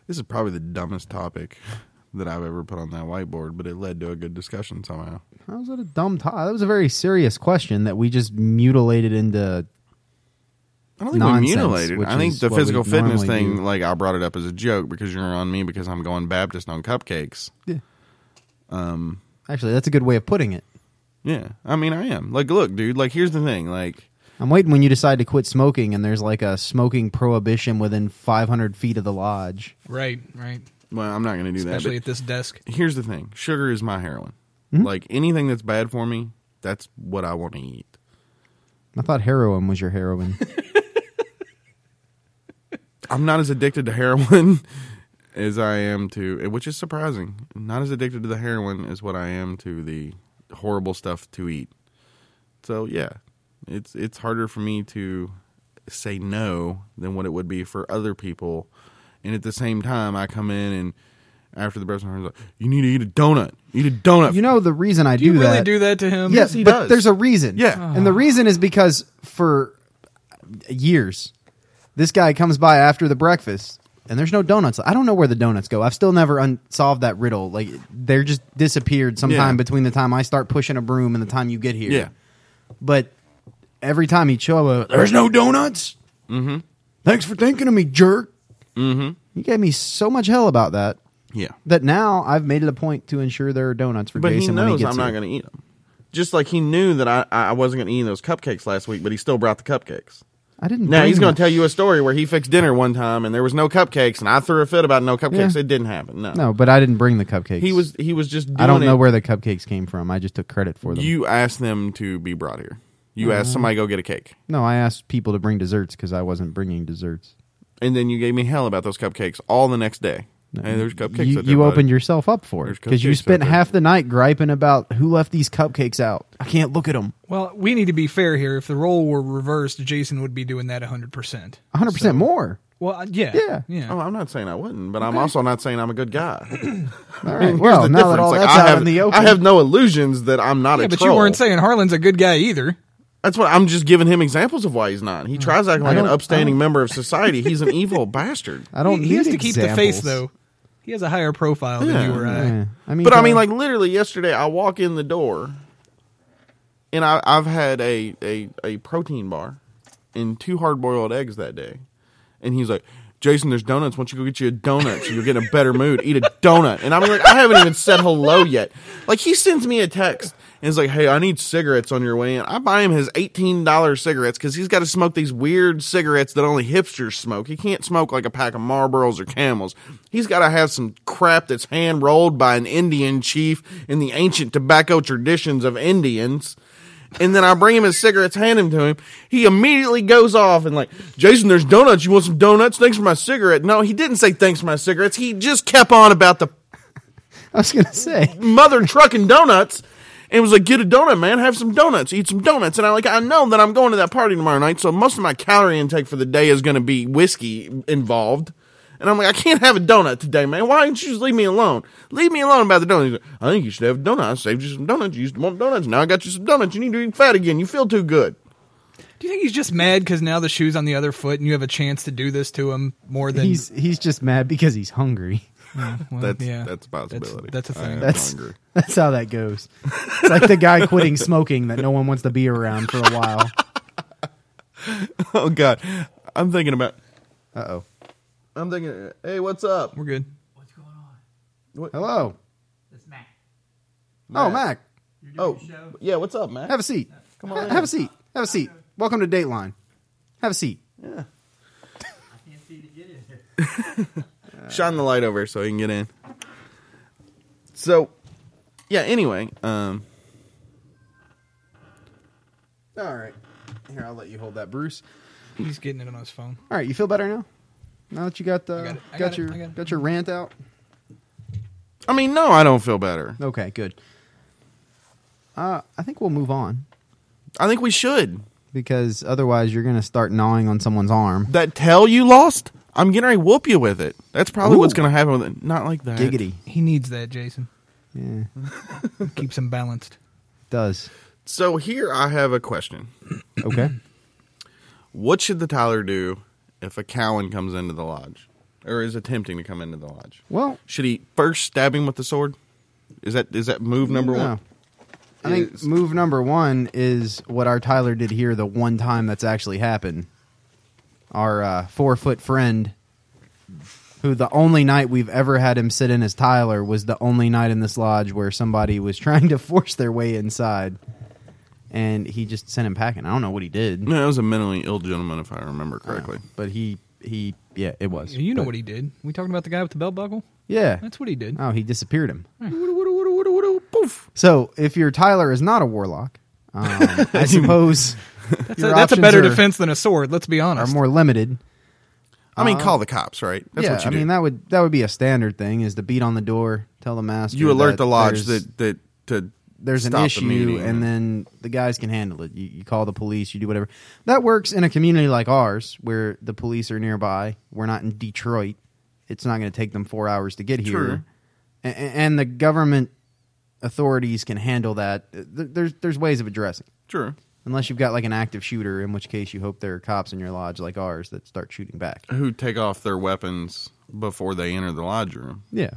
[SPEAKER 2] This is probably the dumbest topic that I've ever put on that whiteboard, but it led to a good discussion somehow.
[SPEAKER 4] How was that a dumb tie? That was a very serious question that we just mutilated into
[SPEAKER 2] I don't think
[SPEAKER 4] Nonsense,
[SPEAKER 2] we mutilated.
[SPEAKER 4] which
[SPEAKER 2] I think
[SPEAKER 4] is
[SPEAKER 2] the
[SPEAKER 4] what we
[SPEAKER 2] physical fitness
[SPEAKER 4] normally
[SPEAKER 2] thing,
[SPEAKER 4] do.
[SPEAKER 2] like I brought it up as a joke because you're on me because I'm going Baptist on cupcakes.
[SPEAKER 4] Actually, that's a good way of putting it.
[SPEAKER 2] Yeah, I mean I am. Like, look, dude. Like, here's the thing. Like,
[SPEAKER 4] I'm waiting when you decide to quit smoking and there's like a smoking prohibition within 500 feet of the lodge.
[SPEAKER 3] right, right.
[SPEAKER 2] well, I'm not going to do that. but-
[SPEAKER 3] Especially at this desk.
[SPEAKER 2] here's the thing sugar is my heroin
[SPEAKER 4] Hmm?
[SPEAKER 2] like anything that's bad for me that's what i want to eat
[SPEAKER 4] I thought heroin was your heroin.
[SPEAKER 2] i'm not as addicted to heroin as i am to which is surprising not as addicted to the heroin as what i am to the horrible stuff to eat so yeah it's it's harder for me to say no than what it would be for other people and at the same time i come in and after the person like, you need to eat a donut eat a donut
[SPEAKER 4] you know the reason I
[SPEAKER 3] Do you
[SPEAKER 4] do
[SPEAKER 3] really
[SPEAKER 4] that.
[SPEAKER 3] do that to him?
[SPEAKER 4] Yes,
[SPEAKER 2] he
[SPEAKER 4] but
[SPEAKER 2] does.
[SPEAKER 4] there's a reason.
[SPEAKER 2] Yeah.
[SPEAKER 4] and the reason is because for years, this guy comes by after the breakfast, and there's no donuts. I don't know where the donuts go. I've still never unsolved that riddle. Like they're just disappeared sometime
[SPEAKER 2] Yeah.
[SPEAKER 4] between the time I start pushing a broom and the time you get here.
[SPEAKER 2] yeah
[SPEAKER 4] but every time he'd show up, uh, there's no donuts. Mm-hmm. Thanks for thinking of me, jerk. Mm-hmm. He gave me so much hell about that
[SPEAKER 2] Yeah.
[SPEAKER 4] that now I've made it a point to ensure there are donuts for
[SPEAKER 2] But he
[SPEAKER 4] Jason when he
[SPEAKER 2] knows
[SPEAKER 4] gets
[SPEAKER 2] I'm not
[SPEAKER 4] here.
[SPEAKER 2] going to eat them. Just like he knew that I, I I wasn't going to eat those cupcakes last week, but he still brought the cupcakes.
[SPEAKER 4] I didn't.
[SPEAKER 2] Now
[SPEAKER 4] bring
[SPEAKER 2] he's going
[SPEAKER 4] them.
[SPEAKER 2] to tell you a story where he fixed dinner one time and there was no cupcakes, and I threw a fit about no cupcakes.
[SPEAKER 4] Yeah.
[SPEAKER 2] It didn't happen. No.
[SPEAKER 4] No, but I didn't bring the cupcakes.
[SPEAKER 2] He was he was just. Doing
[SPEAKER 4] I don't know
[SPEAKER 2] it.
[SPEAKER 4] where the cupcakes came from. I just took credit for them.
[SPEAKER 2] you asked them to be brought here. You
[SPEAKER 4] Uh-huh.
[SPEAKER 2] asked somebody go get a cake,
[SPEAKER 4] no, I asked people to bring desserts because I wasn't bringing desserts.
[SPEAKER 2] and then you gave me hell about those cupcakes all the next day. Hey, there's cupcakes.
[SPEAKER 4] You,
[SPEAKER 2] out there,
[SPEAKER 4] you
[SPEAKER 2] buddy.
[SPEAKER 4] opened yourself up for it
[SPEAKER 2] There's
[SPEAKER 4] because you
[SPEAKER 2] cupcakes
[SPEAKER 4] spent
[SPEAKER 2] out there.
[SPEAKER 4] half the night griping about who left these cupcakes out. I can't look at them.
[SPEAKER 3] Well, we need to be fair here. If the role were reversed, Jason would be doing that 100%.
[SPEAKER 4] 100 percent more.
[SPEAKER 3] Well, uh, yeah.
[SPEAKER 4] Yeah.
[SPEAKER 3] Yeah.
[SPEAKER 2] Oh, I'm not saying I wouldn't, but I'm also not saying I'm a good guy.
[SPEAKER 4] All right.
[SPEAKER 2] Here's
[SPEAKER 4] Well,
[SPEAKER 2] the
[SPEAKER 4] now that all
[SPEAKER 2] difference. Like,
[SPEAKER 4] that's
[SPEAKER 2] I
[SPEAKER 4] out
[SPEAKER 2] have,
[SPEAKER 4] in the open,
[SPEAKER 2] I have no illusions that I'm not
[SPEAKER 3] yeah,
[SPEAKER 2] a
[SPEAKER 3] but
[SPEAKER 2] troll.
[SPEAKER 3] you weren't saying Harlan's a good guy either.
[SPEAKER 2] That's what I'm just giving him examples of why he's not. He tries acting like an
[SPEAKER 4] don't- Mm. I
[SPEAKER 2] upstanding member of society. He's an evil bastard.
[SPEAKER 4] I don't
[SPEAKER 3] he,
[SPEAKER 4] need
[SPEAKER 3] he has to keep the face,
[SPEAKER 4] examples.
[SPEAKER 3] though. He has a higher profile
[SPEAKER 2] Yeah.
[SPEAKER 3] than you or I.
[SPEAKER 4] Yeah. I mean,
[SPEAKER 2] But I mean,
[SPEAKER 4] uh,
[SPEAKER 2] like literally yesterday, I walk in the door, and I, I've had a, a a protein bar and two hard boiled eggs that day, and he's like, "Jason, there's donuts. Why don't you go get you a donut? So you'll get in a better mood. Eat a donut." And I'm like, I haven't even said hello yet. Like he sends me a text and it's like, "Hey, I need cigarettes on your way in." I buy him his eighteen dollar cigarettes because he's got to smoke these weird cigarettes that only hipsters smoke. He can't smoke like a pack of Marlboros or Camels. He's got to have some crap that's hand rolled by an Indian chief in the ancient tobacco traditions of Indians. And then I bring him his cigarettes, hand him to him. He immediately goes off and like, Jason, there's donuts. You want some donuts? Thanks for my cigarette. No, he didn't say thanks for my cigarettes. He just kept on about the
[SPEAKER 4] I was gonna say,
[SPEAKER 2] mother trucking donuts and was like, get a donut, man. Have some donuts. Eat some donuts. And I like, I know that I'm going to that party tomorrow night. So most of my calorie intake for the day is going to be whiskey involved. And I'm like, I can't have a donut today, man. Why don't you just leave me alone? Leave me alone about the donuts. He's like, I think you should have a donut. I saved you some donuts. You used to want donuts. Now I got you some donuts. You need to eat fat again. You feel too good.
[SPEAKER 3] Do you think he's just mad because now the shoe's on the other foot and you have a chance to do this to him more than.
[SPEAKER 4] he's he's just mad because he's hungry.
[SPEAKER 3] well,
[SPEAKER 2] That's
[SPEAKER 3] yeah.
[SPEAKER 2] that's a possibility.
[SPEAKER 3] That's, that's a thing.
[SPEAKER 4] That's
[SPEAKER 2] hungry.
[SPEAKER 4] that's how that goes. It's like the guy quitting smoking that no one wants to be around for a while.
[SPEAKER 2] oh god, I'm thinking about.
[SPEAKER 4] Uh oh.
[SPEAKER 2] I'm thinking. Hey, what's up?
[SPEAKER 3] We're good.
[SPEAKER 5] What's going on?
[SPEAKER 4] Hello.
[SPEAKER 5] It's Matt.
[SPEAKER 4] Oh, Mac.
[SPEAKER 5] You're
[SPEAKER 2] Oh,
[SPEAKER 5] doing your show.
[SPEAKER 2] yeah. What's up, man?
[SPEAKER 4] Have a seat. Come on. Have a seat. Have a seat. Welcome to Dateline. Have a seat.
[SPEAKER 5] I can't see to get in here.
[SPEAKER 2] Shine the light over so he can get in. So, yeah. Anyway, um,
[SPEAKER 4] All right. Here, I'll let you hold that, Bruce.
[SPEAKER 3] He's getting it on his phone.
[SPEAKER 4] All right, you feel better now? Now that you got the
[SPEAKER 3] I got
[SPEAKER 4] got,
[SPEAKER 3] it. I got it.
[SPEAKER 4] your
[SPEAKER 3] I got it.
[SPEAKER 4] got your rant out.
[SPEAKER 2] I mean, no, I don't feel better.
[SPEAKER 4] Okay, good. Uh, I think we'll move on
[SPEAKER 2] I think we should.
[SPEAKER 4] because otherwise you're going to start gnawing on someone's arm.
[SPEAKER 2] That tail you lost, I'm gonna whoop you with it. That's probably what's
[SPEAKER 4] Ooh.
[SPEAKER 2] gonna happen with it. Not like that.
[SPEAKER 4] Giggity.
[SPEAKER 3] He needs that, Jason.
[SPEAKER 4] Yeah,
[SPEAKER 3] Keeps him balanced.
[SPEAKER 4] does.
[SPEAKER 2] So here I have a question.
[SPEAKER 4] Okay.
[SPEAKER 2] What should the Tyler do if a Cowan comes into the lodge, or is attempting to come into the lodge?
[SPEAKER 4] Well,
[SPEAKER 2] Should he first stab him with the sword? Is that is that move number
[SPEAKER 4] no.
[SPEAKER 2] one?
[SPEAKER 4] I think
[SPEAKER 2] Is-
[SPEAKER 4] move number one is what our Tyler did here the one time that's actually happened. Our uh, four foot friend, who the only night we've ever had him sit in as Tyler was the only night in this lodge where somebody was trying to force their way inside, and he just sent him packing. I don't know what he did,
[SPEAKER 2] No, it was a mentally ill gentleman, if I remember correctly.
[SPEAKER 4] but he he yeah it was.
[SPEAKER 3] You know
[SPEAKER 4] But-
[SPEAKER 3] what he did. We talking about the guy with the belt buckle?
[SPEAKER 4] Yeah.
[SPEAKER 3] That's what he did.
[SPEAKER 4] Oh, he disappeared him.
[SPEAKER 2] Poof.
[SPEAKER 4] So if your Tyler is not a warlock, um, I suppose
[SPEAKER 3] That's, a, that's a
[SPEAKER 4] options
[SPEAKER 3] better
[SPEAKER 4] are-
[SPEAKER 3] defense than a sword, let's be
[SPEAKER 4] are
[SPEAKER 3] honest.
[SPEAKER 4] more limited.
[SPEAKER 2] I mean, call the cops, right? That's
[SPEAKER 4] Uh, yeah,
[SPEAKER 2] what you
[SPEAKER 4] I
[SPEAKER 2] do.
[SPEAKER 4] mean that would that would be a standard thing is to beat on the door, tell the master.
[SPEAKER 2] you alert
[SPEAKER 4] that
[SPEAKER 2] the lodge
[SPEAKER 4] there's-
[SPEAKER 2] that that to
[SPEAKER 4] there's an
[SPEAKER 2] stop the
[SPEAKER 4] issue,
[SPEAKER 2] meeting.
[SPEAKER 4] and then the guys can handle it. You, you call the police, you do whatever. That works in a community like ours where the police are nearby. We're not in Detroit. It's not going to take them four hours to get here,
[SPEAKER 2] True.
[SPEAKER 4] A- a- and the government authorities can handle that. Th- There's there's ways of addressing.
[SPEAKER 2] Sure.
[SPEAKER 4] Unless you've got like an active shooter, in which case you hope there are cops in your lodge like ours that start shooting back.
[SPEAKER 2] Who take off their weapons before they enter the lodge room?
[SPEAKER 4] Yeah.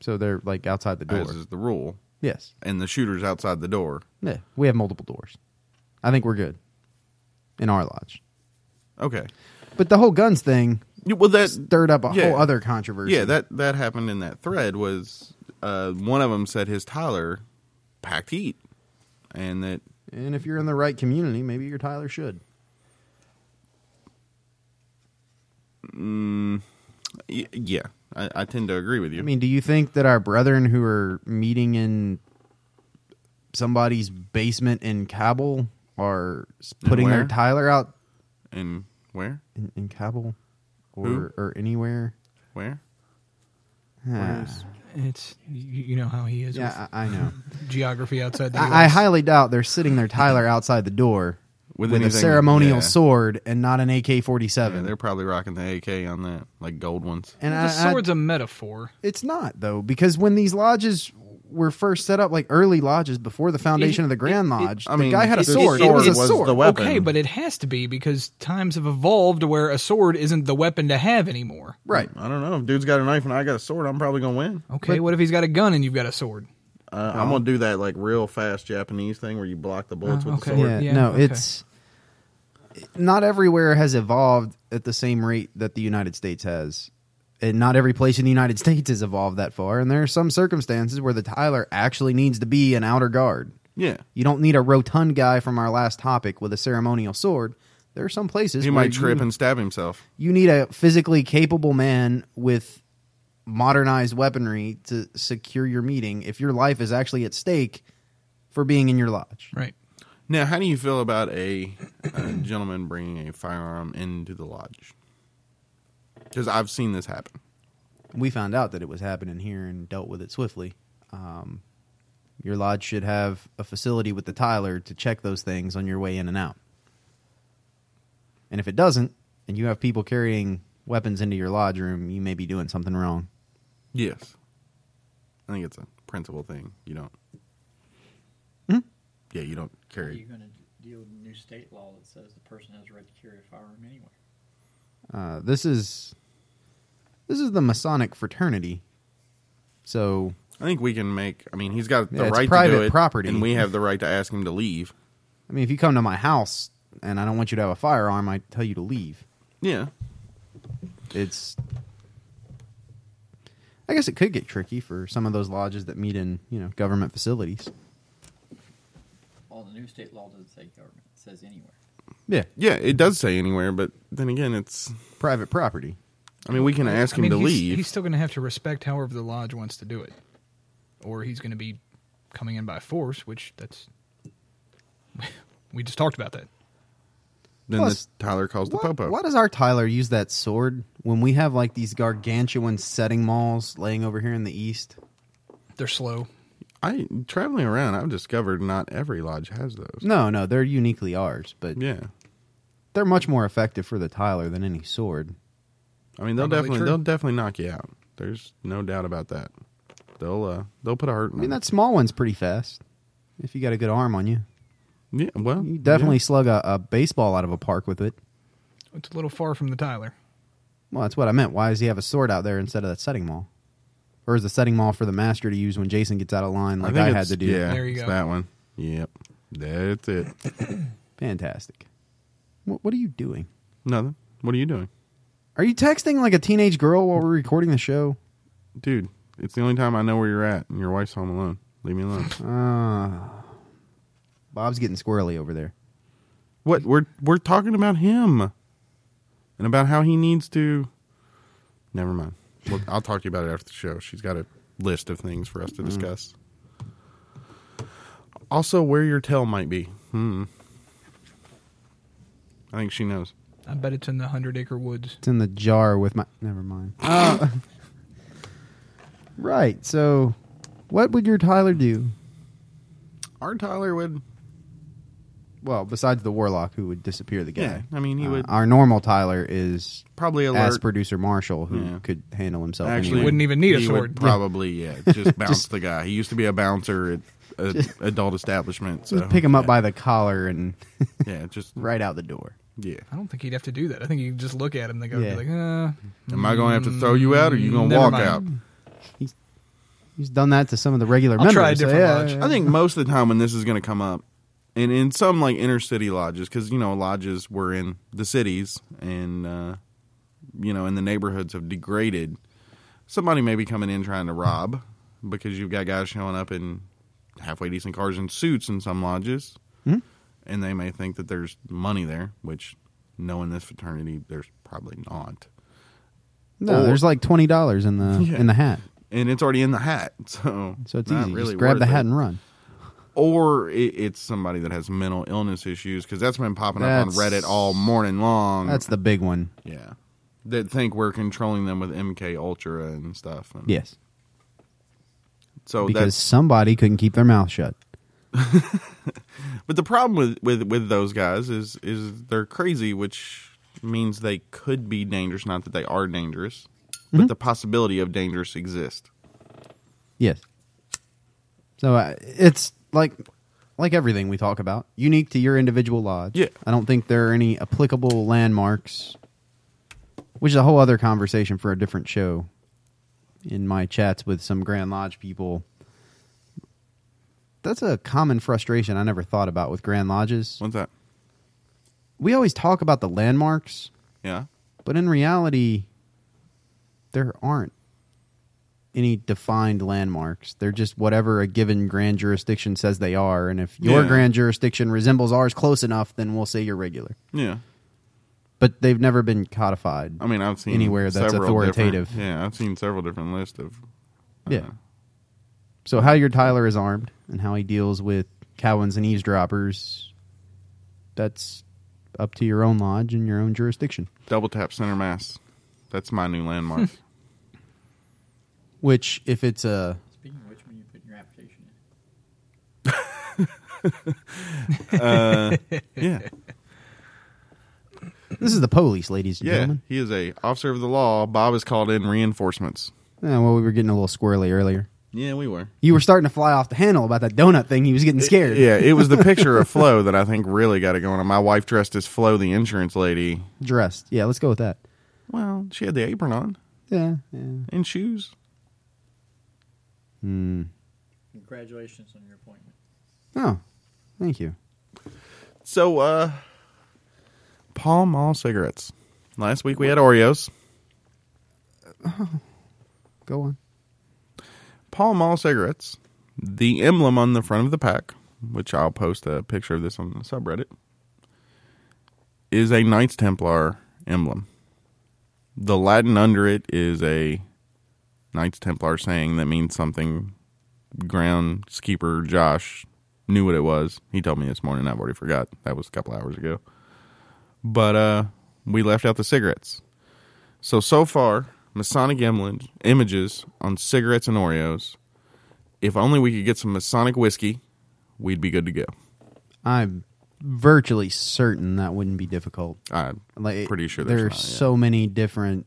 [SPEAKER 4] So they're like outside the door.
[SPEAKER 2] As is the rule,
[SPEAKER 4] Yes.
[SPEAKER 2] and the shooter's outside the door.
[SPEAKER 4] Yeah. We have multiple doors. I think we're good in our lodge.
[SPEAKER 2] Okay.
[SPEAKER 4] But the whole guns thing,
[SPEAKER 2] Well, that
[SPEAKER 4] stirred up a
[SPEAKER 2] Yeah.
[SPEAKER 4] whole other controversy.
[SPEAKER 2] yeah that that happened in that thread was uh, one of them said his Tyler packed heat, and that
[SPEAKER 4] And if you're in the right community, maybe your Tyler should.
[SPEAKER 2] y- yeah, I, I tend to agree with you.
[SPEAKER 4] I mean, do you think that our brethren who are meeting in somebody's basement in Kabul are s-
[SPEAKER 2] In
[SPEAKER 4] putting
[SPEAKER 2] where?
[SPEAKER 4] their Tyler out
[SPEAKER 2] and where
[SPEAKER 4] in, in Kabul or
[SPEAKER 2] Who?
[SPEAKER 4] or anywhere?
[SPEAKER 2] where?
[SPEAKER 4] Ah,
[SPEAKER 3] It's you you know how he is
[SPEAKER 4] yeah, I, I know.
[SPEAKER 3] with geography outside the
[SPEAKER 4] I, I
[SPEAKER 3] US.
[SPEAKER 4] highly doubt they're sitting their Tyler outside the door
[SPEAKER 2] With
[SPEAKER 4] with, a
[SPEAKER 2] anything-
[SPEAKER 4] ceremonial
[SPEAKER 2] yeah.
[SPEAKER 4] sword and not an AK forty
[SPEAKER 2] Yeah,
[SPEAKER 4] seven.
[SPEAKER 2] they're probably rocking the AK on that, like gold ones.
[SPEAKER 4] And
[SPEAKER 3] the sword's a metaphor.
[SPEAKER 4] It's not though, because when these lodges were first set up, like early lodges before the foundation
[SPEAKER 3] It-
[SPEAKER 4] of the Grand
[SPEAKER 3] it- it-
[SPEAKER 4] Lodge,
[SPEAKER 2] I
[SPEAKER 4] the
[SPEAKER 2] mean,
[SPEAKER 4] guy had a
[SPEAKER 3] it- it-
[SPEAKER 4] sword.
[SPEAKER 3] it
[SPEAKER 4] It, was a
[SPEAKER 3] was
[SPEAKER 4] sword.
[SPEAKER 2] the weapon.
[SPEAKER 3] Okay, but it has to be because times have evolved where a sword isn't the weapon to have anymore.
[SPEAKER 4] right.
[SPEAKER 2] I don't know. If dude's got a knife and I got a sword, I'm probably gonna win.
[SPEAKER 3] Okay, what if he's got a gun and you've got a sword?
[SPEAKER 2] Uh, I'm gonna do that like real fast Japanese thing where you block the bullets
[SPEAKER 3] Oh,
[SPEAKER 2] with
[SPEAKER 3] okay.
[SPEAKER 2] the sword.
[SPEAKER 4] Yeah,
[SPEAKER 3] Yeah,
[SPEAKER 4] no,
[SPEAKER 3] okay.
[SPEAKER 4] it's not everywhere has evolved at the same rate that the United States has. And not every place in the United States has evolved that far. And there are some circumstances where the Tyler actually needs to be an outer guard.
[SPEAKER 2] Yeah,
[SPEAKER 4] You don't need a rotund guy from our last topic with a ceremonial sword. There are some places
[SPEAKER 2] he
[SPEAKER 4] where
[SPEAKER 2] might trip
[SPEAKER 4] you,
[SPEAKER 2] and stab himself.
[SPEAKER 4] you need a physically capable man with modernized weaponry to secure your meeting if your life is actually at stake for being in your lodge.
[SPEAKER 3] Right.
[SPEAKER 2] Now, how do you feel about a, uh gentleman bringing a firearm into the lodge? Because I've seen this happen.
[SPEAKER 4] We found out that it was happening here and dealt with it swiftly. Um, your lodge should have a facility with the Tyler to check those things on your way in and out. And if it doesn't, and you have people carrying weapons into your lodge room, you may be doing something wrong.
[SPEAKER 2] Yes, I think it's a principal thing. You don't. Hmm? Yeah, you don't
[SPEAKER 5] How are you
[SPEAKER 2] carry.
[SPEAKER 5] going to deal with new state law that says the person has a right to carry a firearm anyway?
[SPEAKER 4] Uh, this is this is the Masonic fraternity. So
[SPEAKER 2] I think we can make. I mean, he's got the
[SPEAKER 4] Yeah, it's
[SPEAKER 2] right to do
[SPEAKER 4] private
[SPEAKER 2] it,
[SPEAKER 4] property.
[SPEAKER 2] and we have the right to ask him to leave.
[SPEAKER 4] I mean, if you come to my house and I don't want you to have a firearm, I tell you to leave.
[SPEAKER 2] Yeah,
[SPEAKER 4] It's I guess it could get tricky for some of those lodges that meet in you know government facilities.
[SPEAKER 5] Well, the new state law doesn't say government; it says anywhere.
[SPEAKER 4] Yeah,
[SPEAKER 2] yeah, it does say anywhere, but then again, it's.
[SPEAKER 4] private property.
[SPEAKER 2] I mean, we can ask
[SPEAKER 3] I
[SPEAKER 2] him
[SPEAKER 3] mean,
[SPEAKER 2] to
[SPEAKER 3] he's,
[SPEAKER 2] leave.
[SPEAKER 3] He's still going to have to respect however the lodge wants to do it, or he's going to be coming in by force, which that's we just talked about that.
[SPEAKER 2] then
[SPEAKER 4] Plus-
[SPEAKER 2] the Tyler calls the
[SPEAKER 4] Why,
[SPEAKER 2] popo.
[SPEAKER 4] why does our Tyler use that sword when we have like these gargantuan setting malls laying over here in the east?
[SPEAKER 3] They're slow.
[SPEAKER 2] I traveling around, I've discovered not every lodge has those.
[SPEAKER 4] No, no, they're uniquely ours, but
[SPEAKER 2] Yeah,
[SPEAKER 4] they're much more effective for the Tyler than any sword.
[SPEAKER 2] I mean they'll
[SPEAKER 3] Probably
[SPEAKER 2] definitely
[SPEAKER 3] true.
[SPEAKER 2] they'll definitely knock you out. There's no doubt about that. They'll uh they'll put a hurt.
[SPEAKER 4] I mean, that small one's pretty fast. If you got a good arm on you,
[SPEAKER 2] yeah. Well,
[SPEAKER 4] you definitely slug a, a baseball out of a park with it.
[SPEAKER 3] It's a little far from the Tyler.
[SPEAKER 4] Well, that's what I meant. Why does he have a sword out there instead of that setting maul? Or is the setting maul for the master to use when Jason gets out of line,
[SPEAKER 2] yeah.
[SPEAKER 4] like
[SPEAKER 2] think
[SPEAKER 4] I, had
[SPEAKER 2] it's-
[SPEAKER 4] to do?
[SPEAKER 2] Yeah,
[SPEAKER 3] There you
[SPEAKER 2] it's
[SPEAKER 3] go.
[SPEAKER 2] That one. Yep, that's it.
[SPEAKER 4] Fantastic. What, what are you doing?
[SPEAKER 2] Nothing. What are you doing,
[SPEAKER 4] Are you texting like a teenage girl while we're recording the show?
[SPEAKER 2] dude? It's the only time I know where you're at, and your wife's home alone. Leave me alone. Uh,
[SPEAKER 4] Bob's getting squirrely over there.
[SPEAKER 2] what we're we're talking about him, and about how he needs to. Never mind. Well, I'll talk to you about it after the show. She's got a list of things for us to discuss. Also, where your tail might be. Hmm. I think she knows.
[SPEAKER 3] I bet it's in the Hundred Acre Woods.
[SPEAKER 4] It's in the jar with my. Never mind. Uh, right. So, what would your Tyler do?
[SPEAKER 2] Our Tyler would.
[SPEAKER 4] Well, besides the warlock who would disappear the guy.
[SPEAKER 2] Yeah, I mean, he
[SPEAKER 4] Uh,
[SPEAKER 2] would-
[SPEAKER 4] Our normal Tyler is
[SPEAKER 2] Probably alert.
[SPEAKER 4] as producer Marshall, who
[SPEAKER 2] Yeah.
[SPEAKER 4] could handle himself.
[SPEAKER 2] Actually,
[SPEAKER 4] anyway.
[SPEAKER 3] Wouldn't even need a
[SPEAKER 2] he
[SPEAKER 3] sword.
[SPEAKER 2] Would probably, yeah, just bounce the guy. He used to be a bouncer at an adult establishment. So
[SPEAKER 4] Just pick him up by the collar and
[SPEAKER 2] Yeah, just
[SPEAKER 4] right out the door.
[SPEAKER 2] yeah.
[SPEAKER 3] I don't think he'd have to do that. I think you just look at him. They go
[SPEAKER 4] Yeah.
[SPEAKER 3] like, uh,
[SPEAKER 2] Am I going to have to throw you out, or you going to
[SPEAKER 3] Never
[SPEAKER 2] walk
[SPEAKER 3] mind.
[SPEAKER 2] out?
[SPEAKER 4] He's done that to some of the regular
[SPEAKER 3] I'll
[SPEAKER 4] members.
[SPEAKER 3] try a
[SPEAKER 4] so
[SPEAKER 3] different
[SPEAKER 4] yeah,
[SPEAKER 3] lodge.
[SPEAKER 4] yeah.
[SPEAKER 2] I think most of the time when this is going to come up, and in some like inner city lodges, because you know lodges were in the cities, and uh, you know in the neighborhoods have degraded, somebody may be coming in trying to rob because you've got guys showing up in halfway decent cars and suits in some lodges,
[SPEAKER 3] Hmm?
[SPEAKER 2] and they may think that there's money there, which knowing this fraternity, there's probably not.
[SPEAKER 4] No,
[SPEAKER 2] Or-
[SPEAKER 4] there's like twenty dollars in the
[SPEAKER 2] Yeah.
[SPEAKER 4] in the hat,
[SPEAKER 2] and it's already in the hat, so
[SPEAKER 4] so it's
[SPEAKER 2] not
[SPEAKER 4] easy.
[SPEAKER 2] Really
[SPEAKER 4] Just grab
[SPEAKER 2] worth
[SPEAKER 4] the hat
[SPEAKER 2] it.
[SPEAKER 4] and run.
[SPEAKER 2] or it, it's somebody that has mental illness issues because that's been popping
[SPEAKER 4] That's-
[SPEAKER 2] up on Reddit all morning long.
[SPEAKER 4] That's the big one.
[SPEAKER 2] yeah, that think we're controlling them with MK Ultra and stuff. And
[SPEAKER 4] Yes,
[SPEAKER 2] so
[SPEAKER 4] because
[SPEAKER 2] Oh, that's
[SPEAKER 4] somebody couldn't keep their mouth shut.
[SPEAKER 2] but the problem with with with those guys is is they're crazy, which means they could be dangerous. Not that they are dangerous,
[SPEAKER 4] Mm-hmm.
[SPEAKER 2] but the possibility of dangerous exists.
[SPEAKER 4] Yes. So uh, it's like like everything we talk about, unique to your individual lodge.
[SPEAKER 2] Yeah.
[SPEAKER 4] I don't think there are any applicable landmarks, which is a whole other conversation for a different show. In my chats with some Grand Lodge people, that's a common frustration I never thought about with Grand Lodges.
[SPEAKER 2] What's that?
[SPEAKER 4] We always talk about the landmarks,
[SPEAKER 2] Yeah,
[SPEAKER 4] but in reality, there aren't any defined landmarks. They're just whatever a given grand jurisdiction says they are. And if your
[SPEAKER 2] Yeah.
[SPEAKER 4] grand jurisdiction resembles ours close enough, then we'll say you're regular.
[SPEAKER 2] yeah.
[SPEAKER 4] But they've never been codified.
[SPEAKER 2] I mean, I've seen
[SPEAKER 4] Anywhere that's
[SPEAKER 2] several different-
[SPEAKER 4] authoritative.
[SPEAKER 2] Yeah, I've seen several different lists of
[SPEAKER 4] yeah. So how your Tyler is armed and how he deals with Cowans and eavesdroppers, that's up to your own lodge and your own jurisdiction.
[SPEAKER 2] Double tap center mass. That's my new landmark.
[SPEAKER 4] Which, if it's a
[SPEAKER 5] Speaking of which, when you put your application in,
[SPEAKER 2] yeah.
[SPEAKER 4] this is the police, ladies and
[SPEAKER 2] Yeah.
[SPEAKER 4] gentlemen.
[SPEAKER 2] He is a officer of the law. Bob has called in reinforcements.
[SPEAKER 4] Yeah, well, we were getting a little squirrely earlier.
[SPEAKER 2] Yeah, we were.
[SPEAKER 4] You were starting to fly off the handle about that donut thing. He was getting scared.
[SPEAKER 2] Yeah, it was the picture of Flo that I think really got it going on. My wife dressed as Flo the insurance lady.
[SPEAKER 4] Dressed. Yeah, let's go with that.
[SPEAKER 2] Well, she had the apron on
[SPEAKER 4] Yeah. yeah.
[SPEAKER 2] and shoes.
[SPEAKER 5] congratulations on your appointment.
[SPEAKER 4] Oh, thank you.
[SPEAKER 2] So uh Pall Mall cigarettes. Last week we had Oreos.
[SPEAKER 4] Go on.
[SPEAKER 2] Pall Mall cigarettes, the emblem on the front of the pack, which I'll post a picture of this on the subreddit, is a Knights Templar emblem. The Latin under it is a Knights Templar saying that means something. Groundskeeper Josh knew what it was. He told me this morning. I've already forgot. That was a couple hours ago. But uh, we left out the cigarettes. So so far, Masonic emblem- images on cigarettes and Oreos. If only we could get some Masonic whiskey, we'd be good to go.
[SPEAKER 4] I'm virtually certain that wouldn't be difficult.
[SPEAKER 2] I'm
[SPEAKER 4] Like,
[SPEAKER 2] pretty sure
[SPEAKER 4] there are
[SPEAKER 2] there's not, yeah.
[SPEAKER 4] so many different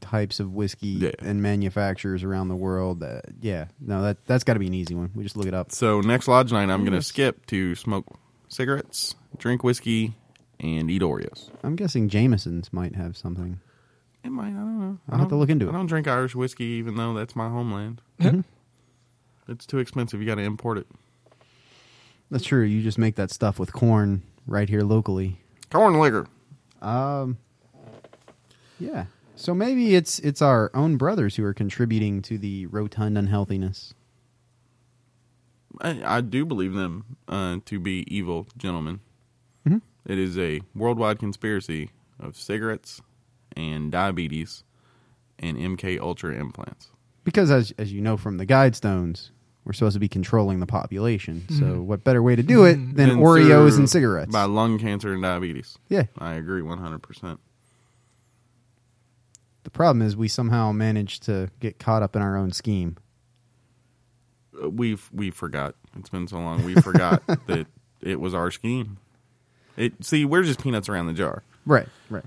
[SPEAKER 4] types of whiskey
[SPEAKER 2] Yeah.
[SPEAKER 4] and manufacturers around the world. That, yeah, no, that that's got to be an easy one. We just look it up.
[SPEAKER 2] So next lodge night, I'm going to skip to smoke cigarettes, drink whiskey, and eat Oreos.
[SPEAKER 4] I'm guessing Jameson's might have something.
[SPEAKER 2] It might. I don't know. I
[SPEAKER 4] I'll have
[SPEAKER 2] don't-
[SPEAKER 4] to look into
[SPEAKER 2] I
[SPEAKER 4] it.
[SPEAKER 2] don't drink Irish whiskey, even though that's my homeland. it's too expensive. You got to import it.
[SPEAKER 4] That's true. You just make that stuff with corn right here locally.
[SPEAKER 2] Corn liquor.
[SPEAKER 4] Yeah. So maybe it's it's our own brothers who are contributing to the rotund unhealthiness.
[SPEAKER 2] I, I do believe them uh, to be evil gentlemen.
[SPEAKER 4] Mm-hmm.
[SPEAKER 2] It is a worldwide conspiracy of cigarettes and diabetes and MK Ultra implants.
[SPEAKER 4] Because as as you know from the guidestones, we're supposed to be controlling the population. So what better way to do it than
[SPEAKER 2] And
[SPEAKER 4] Oreos
[SPEAKER 2] Mm-hmm. through-
[SPEAKER 4] and cigarettes?
[SPEAKER 2] By lung cancer and diabetes.
[SPEAKER 4] Yeah.
[SPEAKER 2] I agree 100%.
[SPEAKER 4] The problem is we somehow managed to get caught up in our own scheme.
[SPEAKER 2] Uh, We've, we forgot. It's been so long. We forgot that it was our scheme. It See, we're just peanuts around the jar.
[SPEAKER 4] Right. Right.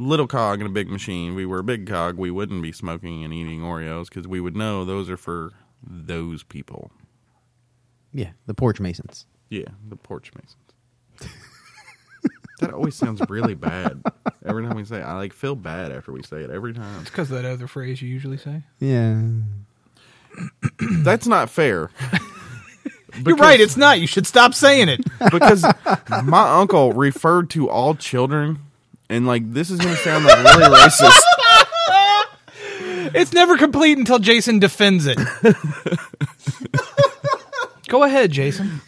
[SPEAKER 2] little cog in a big machine. We were a big cog. We wouldn't be smoking and eating Oreos because we would know those are for those people.
[SPEAKER 4] Yeah. The porch masons.
[SPEAKER 2] Yeah, the porch masons. that always sounds really bad. Every time we say, it, I like feel bad after we say it. Every time.
[SPEAKER 3] It's because of that other phrase you usually say.
[SPEAKER 4] Yeah.
[SPEAKER 2] That's not fair.
[SPEAKER 3] You're right. It's not. You should stop saying it.
[SPEAKER 2] because my uncle referred to all children and like this is gonna sound like really racist.
[SPEAKER 3] It's never complete until Jason defends it. Go ahead, Jason.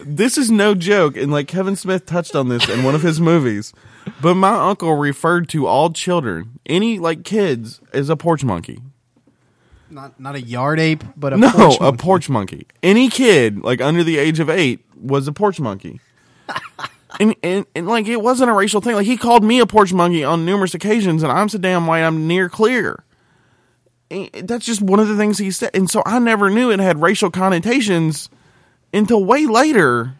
[SPEAKER 2] This is no joke, and like Kevin Smith touched on this in one of his movies. But my uncle referred to all children, any like kids, as a porch monkey.
[SPEAKER 4] Not not a yard ape, but a
[SPEAKER 2] no,
[SPEAKER 4] porch
[SPEAKER 2] a
[SPEAKER 4] monkey.
[SPEAKER 2] porch monkey. Any kid like under the age of eight was a porch monkey. and, and and like it wasn't a racial thing. Like he called me a porch monkey on numerous occasions, and I'm so damn white, I'm near clear. And that's just one of the things he said, and so I never knew it had racial connotations until way later.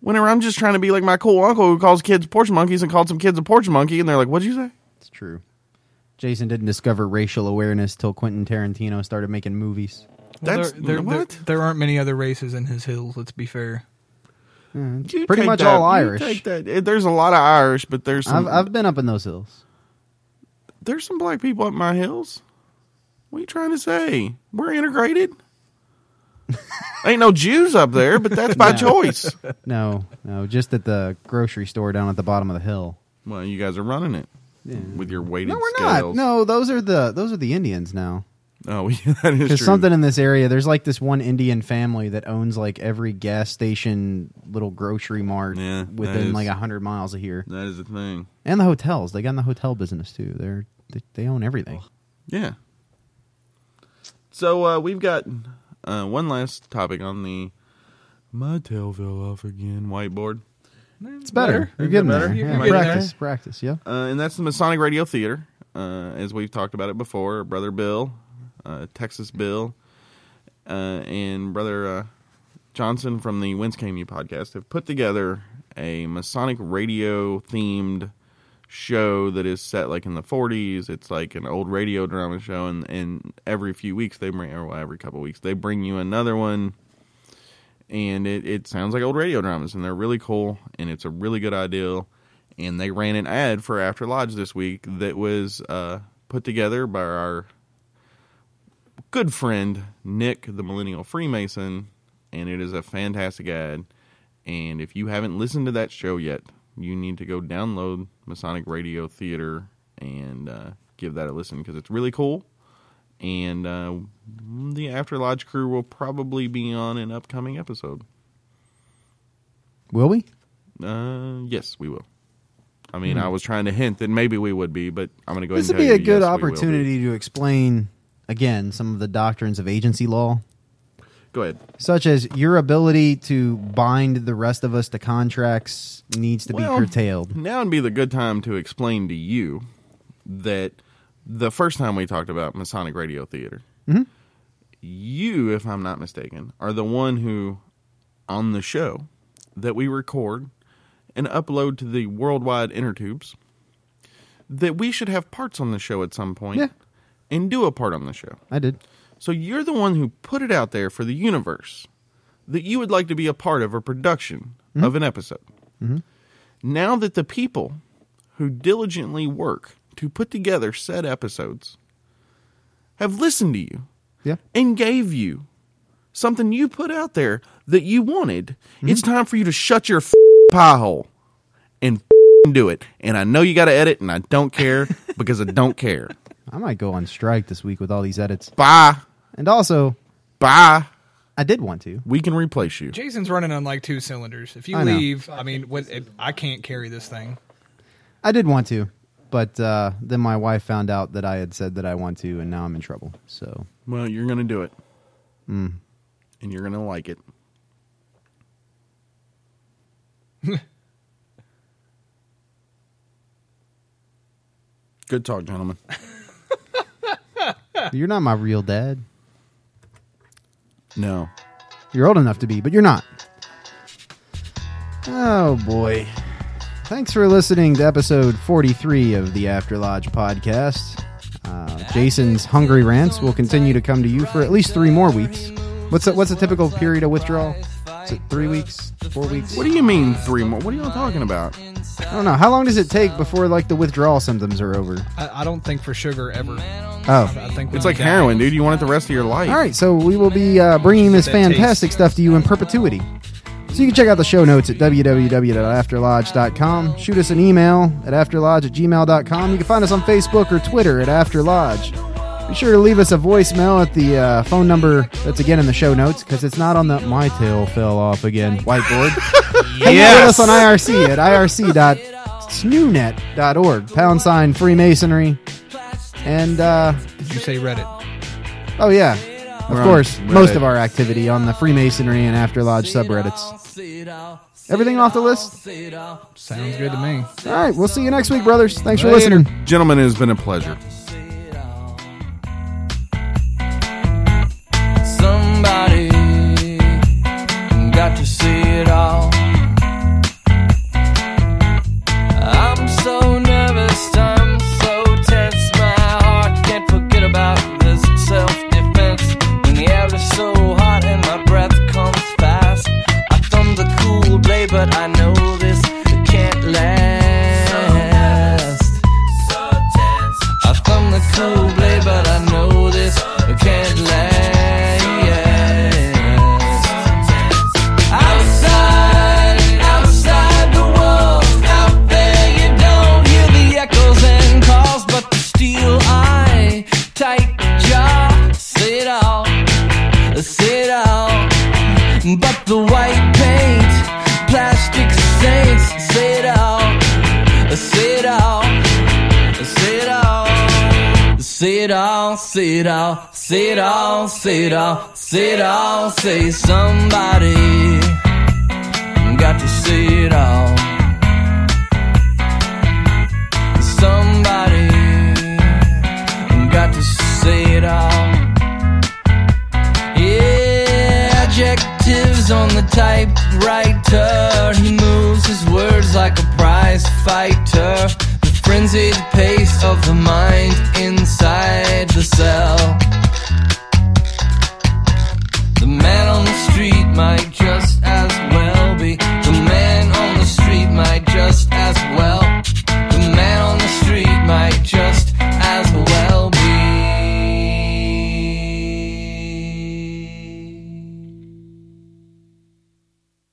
[SPEAKER 2] Whenever I'm just trying to be like my cool uncle who calls kids porch monkeys and called some kids a porch monkey, and they're like, "What'd you say?"
[SPEAKER 4] It's true. Jason didn't discover racial awareness till Quentin Tarantino started making movies.
[SPEAKER 2] That's
[SPEAKER 3] there, there,
[SPEAKER 2] what.
[SPEAKER 3] There, there aren't many other races in his hills. Let's be fair.
[SPEAKER 2] You
[SPEAKER 4] Pretty
[SPEAKER 2] take
[SPEAKER 4] much
[SPEAKER 2] that.
[SPEAKER 4] all
[SPEAKER 2] You
[SPEAKER 4] Irish.
[SPEAKER 2] take that. Eh, There's a lot of Irish, but there's
[SPEAKER 4] I've,
[SPEAKER 2] some,
[SPEAKER 4] I've been up in those hills.
[SPEAKER 2] there's some black people up my hills. What you trying to say? We're integrated. Ain't no Jews up there, but that's by
[SPEAKER 4] No.
[SPEAKER 2] choice.
[SPEAKER 4] No, no, just at the grocery store down at the bottom of the hill.
[SPEAKER 2] Well, you guys are running it with your weighted
[SPEAKER 4] No, we're
[SPEAKER 2] scales.
[SPEAKER 4] not. No, those are the those are the Indians now.
[SPEAKER 2] Oh, yeah, that is true.
[SPEAKER 4] Because something in this area, there's like this one Indian family that owns like every gas station, little grocery mart
[SPEAKER 2] Yeah, that
[SPEAKER 4] within
[SPEAKER 2] is-
[SPEAKER 4] like hundred miles of here,
[SPEAKER 2] that is the thing.
[SPEAKER 4] and the hotels. They got in the hotel business too. They're they, they own
[SPEAKER 2] Oh,
[SPEAKER 4] everything.
[SPEAKER 2] Yeah. So uh, we've got uh, one last topic on the my tail fell off again whiteboard.
[SPEAKER 4] It's better. You're
[SPEAKER 2] Is it
[SPEAKER 4] getting
[SPEAKER 2] better?
[SPEAKER 4] there.
[SPEAKER 2] You're
[SPEAKER 4] Yeah,
[SPEAKER 2] getting there.
[SPEAKER 4] practice, practice. Yeah.
[SPEAKER 2] uh, and that's the Masonic Radio Theater. Uh, as we've talked about it before, Brother Bill, uh, Texas Bill, uh, and Brother uh, Johnson from the Whence Came You podcast have put together a Masonic radio themed show that is set like in the 40s. It's like an old radio drama show, and, and every few weeks they bring, or well, every couple weeks they bring you another one. And it, it sounds like old radio dramas, and they're really cool, and it's a really good idea. And they ran an ad for After Lodge this week that was uh, put together by our good friend Nick, the Millennial Freemason, and it is a fantastic ad. And if you haven't listened to that show yet, you need to go download Masonic Radio Theater and uh, give that a listen because it's really cool. And uh, the After Lodge crew will probably be on an upcoming episode.
[SPEAKER 4] Will we?
[SPEAKER 2] Uh, yes, we will. I mean, I was trying to hint that maybe we would be, but I'm going to go.
[SPEAKER 4] Hmm. This
[SPEAKER 2] ahead
[SPEAKER 4] would
[SPEAKER 2] and
[SPEAKER 4] be
[SPEAKER 2] tell
[SPEAKER 4] a
[SPEAKER 2] you,
[SPEAKER 4] good
[SPEAKER 2] yes, we will be.
[SPEAKER 4] opportunity to explain again some of the doctrines of agency law
[SPEAKER 2] Go ahead.
[SPEAKER 4] such as your ability to bind the rest of us to contracts needs to
[SPEAKER 2] Well,
[SPEAKER 4] be curtailed.
[SPEAKER 2] Now would be the good time to explain to you that the first time we talked about Masonic Radio Theater,
[SPEAKER 4] Mm-hmm.
[SPEAKER 2] you, if I'm not mistaken, are the one who, on the show that we record and upload to the worldwide inner tubes, that we should have parts on the show at some point
[SPEAKER 4] Yeah.
[SPEAKER 2] and do a part on the show.
[SPEAKER 4] I did.
[SPEAKER 2] So you're the one who put it out there for the universe that you would like to be a part of a production of an episode. Now that the people who diligently work to put together said episodes have listened to you
[SPEAKER 4] Yeah.
[SPEAKER 2] and gave you something you put out there that you wanted, it's time for you to shut your f- pie hole and f- do it. And I know you got to edit, and I don't care because I don't care.
[SPEAKER 4] I might go on strike this week with all these edits.
[SPEAKER 2] Bye.
[SPEAKER 4] And also,
[SPEAKER 2] Bye.
[SPEAKER 4] I did want to.
[SPEAKER 2] We can replace you.
[SPEAKER 3] Jason's running on like two cylinders. If you
[SPEAKER 4] I know.
[SPEAKER 3] leave, I mean, what, it, I can't carry this thing.
[SPEAKER 4] I did want to. But uh, then my wife found out that I had said that I want to, and now I'm in trouble. So
[SPEAKER 2] Well, you're gonna do it, Mm. and you're gonna like it. Good talk, gentlemen.
[SPEAKER 4] you're not my real dad.
[SPEAKER 2] No,
[SPEAKER 4] You're old enough to be, but you're not. Oh boy. Thanks for listening to episode 43 of the After Lodge podcast. Uh, Jason's hungry rants will continue to come to you for at least three more weeks. What's a, what's a typical period of withdrawal? Is it three weeks, four weeks?
[SPEAKER 2] what do you mean three more? What are y'all talking about?
[SPEAKER 4] I don't know. How long does it take before like the withdrawal symptoms are over?
[SPEAKER 3] I, I don't think for sugar ever. I
[SPEAKER 4] Oh,
[SPEAKER 3] think
[SPEAKER 2] It's like heroin, dude. You want it the rest of your life.
[SPEAKER 4] all right. So we will be uh, bringing this fantastic stuff to you in perpetuity. So you can check out the show notes at www.afterlodge.com. Shoot us an email at afterlodge at gmail.com. You can find us on Facebook or Twitter at afterlodge. Be sure to leave us a voicemail at the uh, phone number that's again in the show notes because it's not on the My Tail Fell Off Again whiteboard. Hang out with us on IRC at E irc.snoonet.org. Pound sign Freemasonry. And, uh,
[SPEAKER 3] Did you say Reddit?
[SPEAKER 4] oh yeah, of
[SPEAKER 2] We're on
[SPEAKER 4] course, most
[SPEAKER 2] Reddit.
[SPEAKER 4] of our activity on the Freemasonry and Afterlodge subreddits. Everything off the list?
[SPEAKER 3] Sounds good to me.
[SPEAKER 4] All right, we'll see you next week, brothers. Thanks for
[SPEAKER 2] Later.
[SPEAKER 4] listening.
[SPEAKER 2] Gentlemen, it has been a pleasure.
[SPEAKER 6] Somebody got to see it all. I'm so nervous, I'm so tense. My heart can't forget about this self defense. And the air is so hot, and my breath comes fast. I thumb the cool blade, but I know this can't last. I thumb the cool blade, but I know this can't last. Outside, outside the walls, out there you don't hear the echoes and calls, but the steel eye, tight jaw, say it all, say it all. But the white paint, plastic stains, say it all, say it all. Say it all. Say it all, say it all, say it all, say it all, say it all, say somebody got to say it all. Somebody got to say it all. Yeah, adjectives on the typewriter. He moves his words like a prize fighter. The frenzied pace of the mind inside the cell.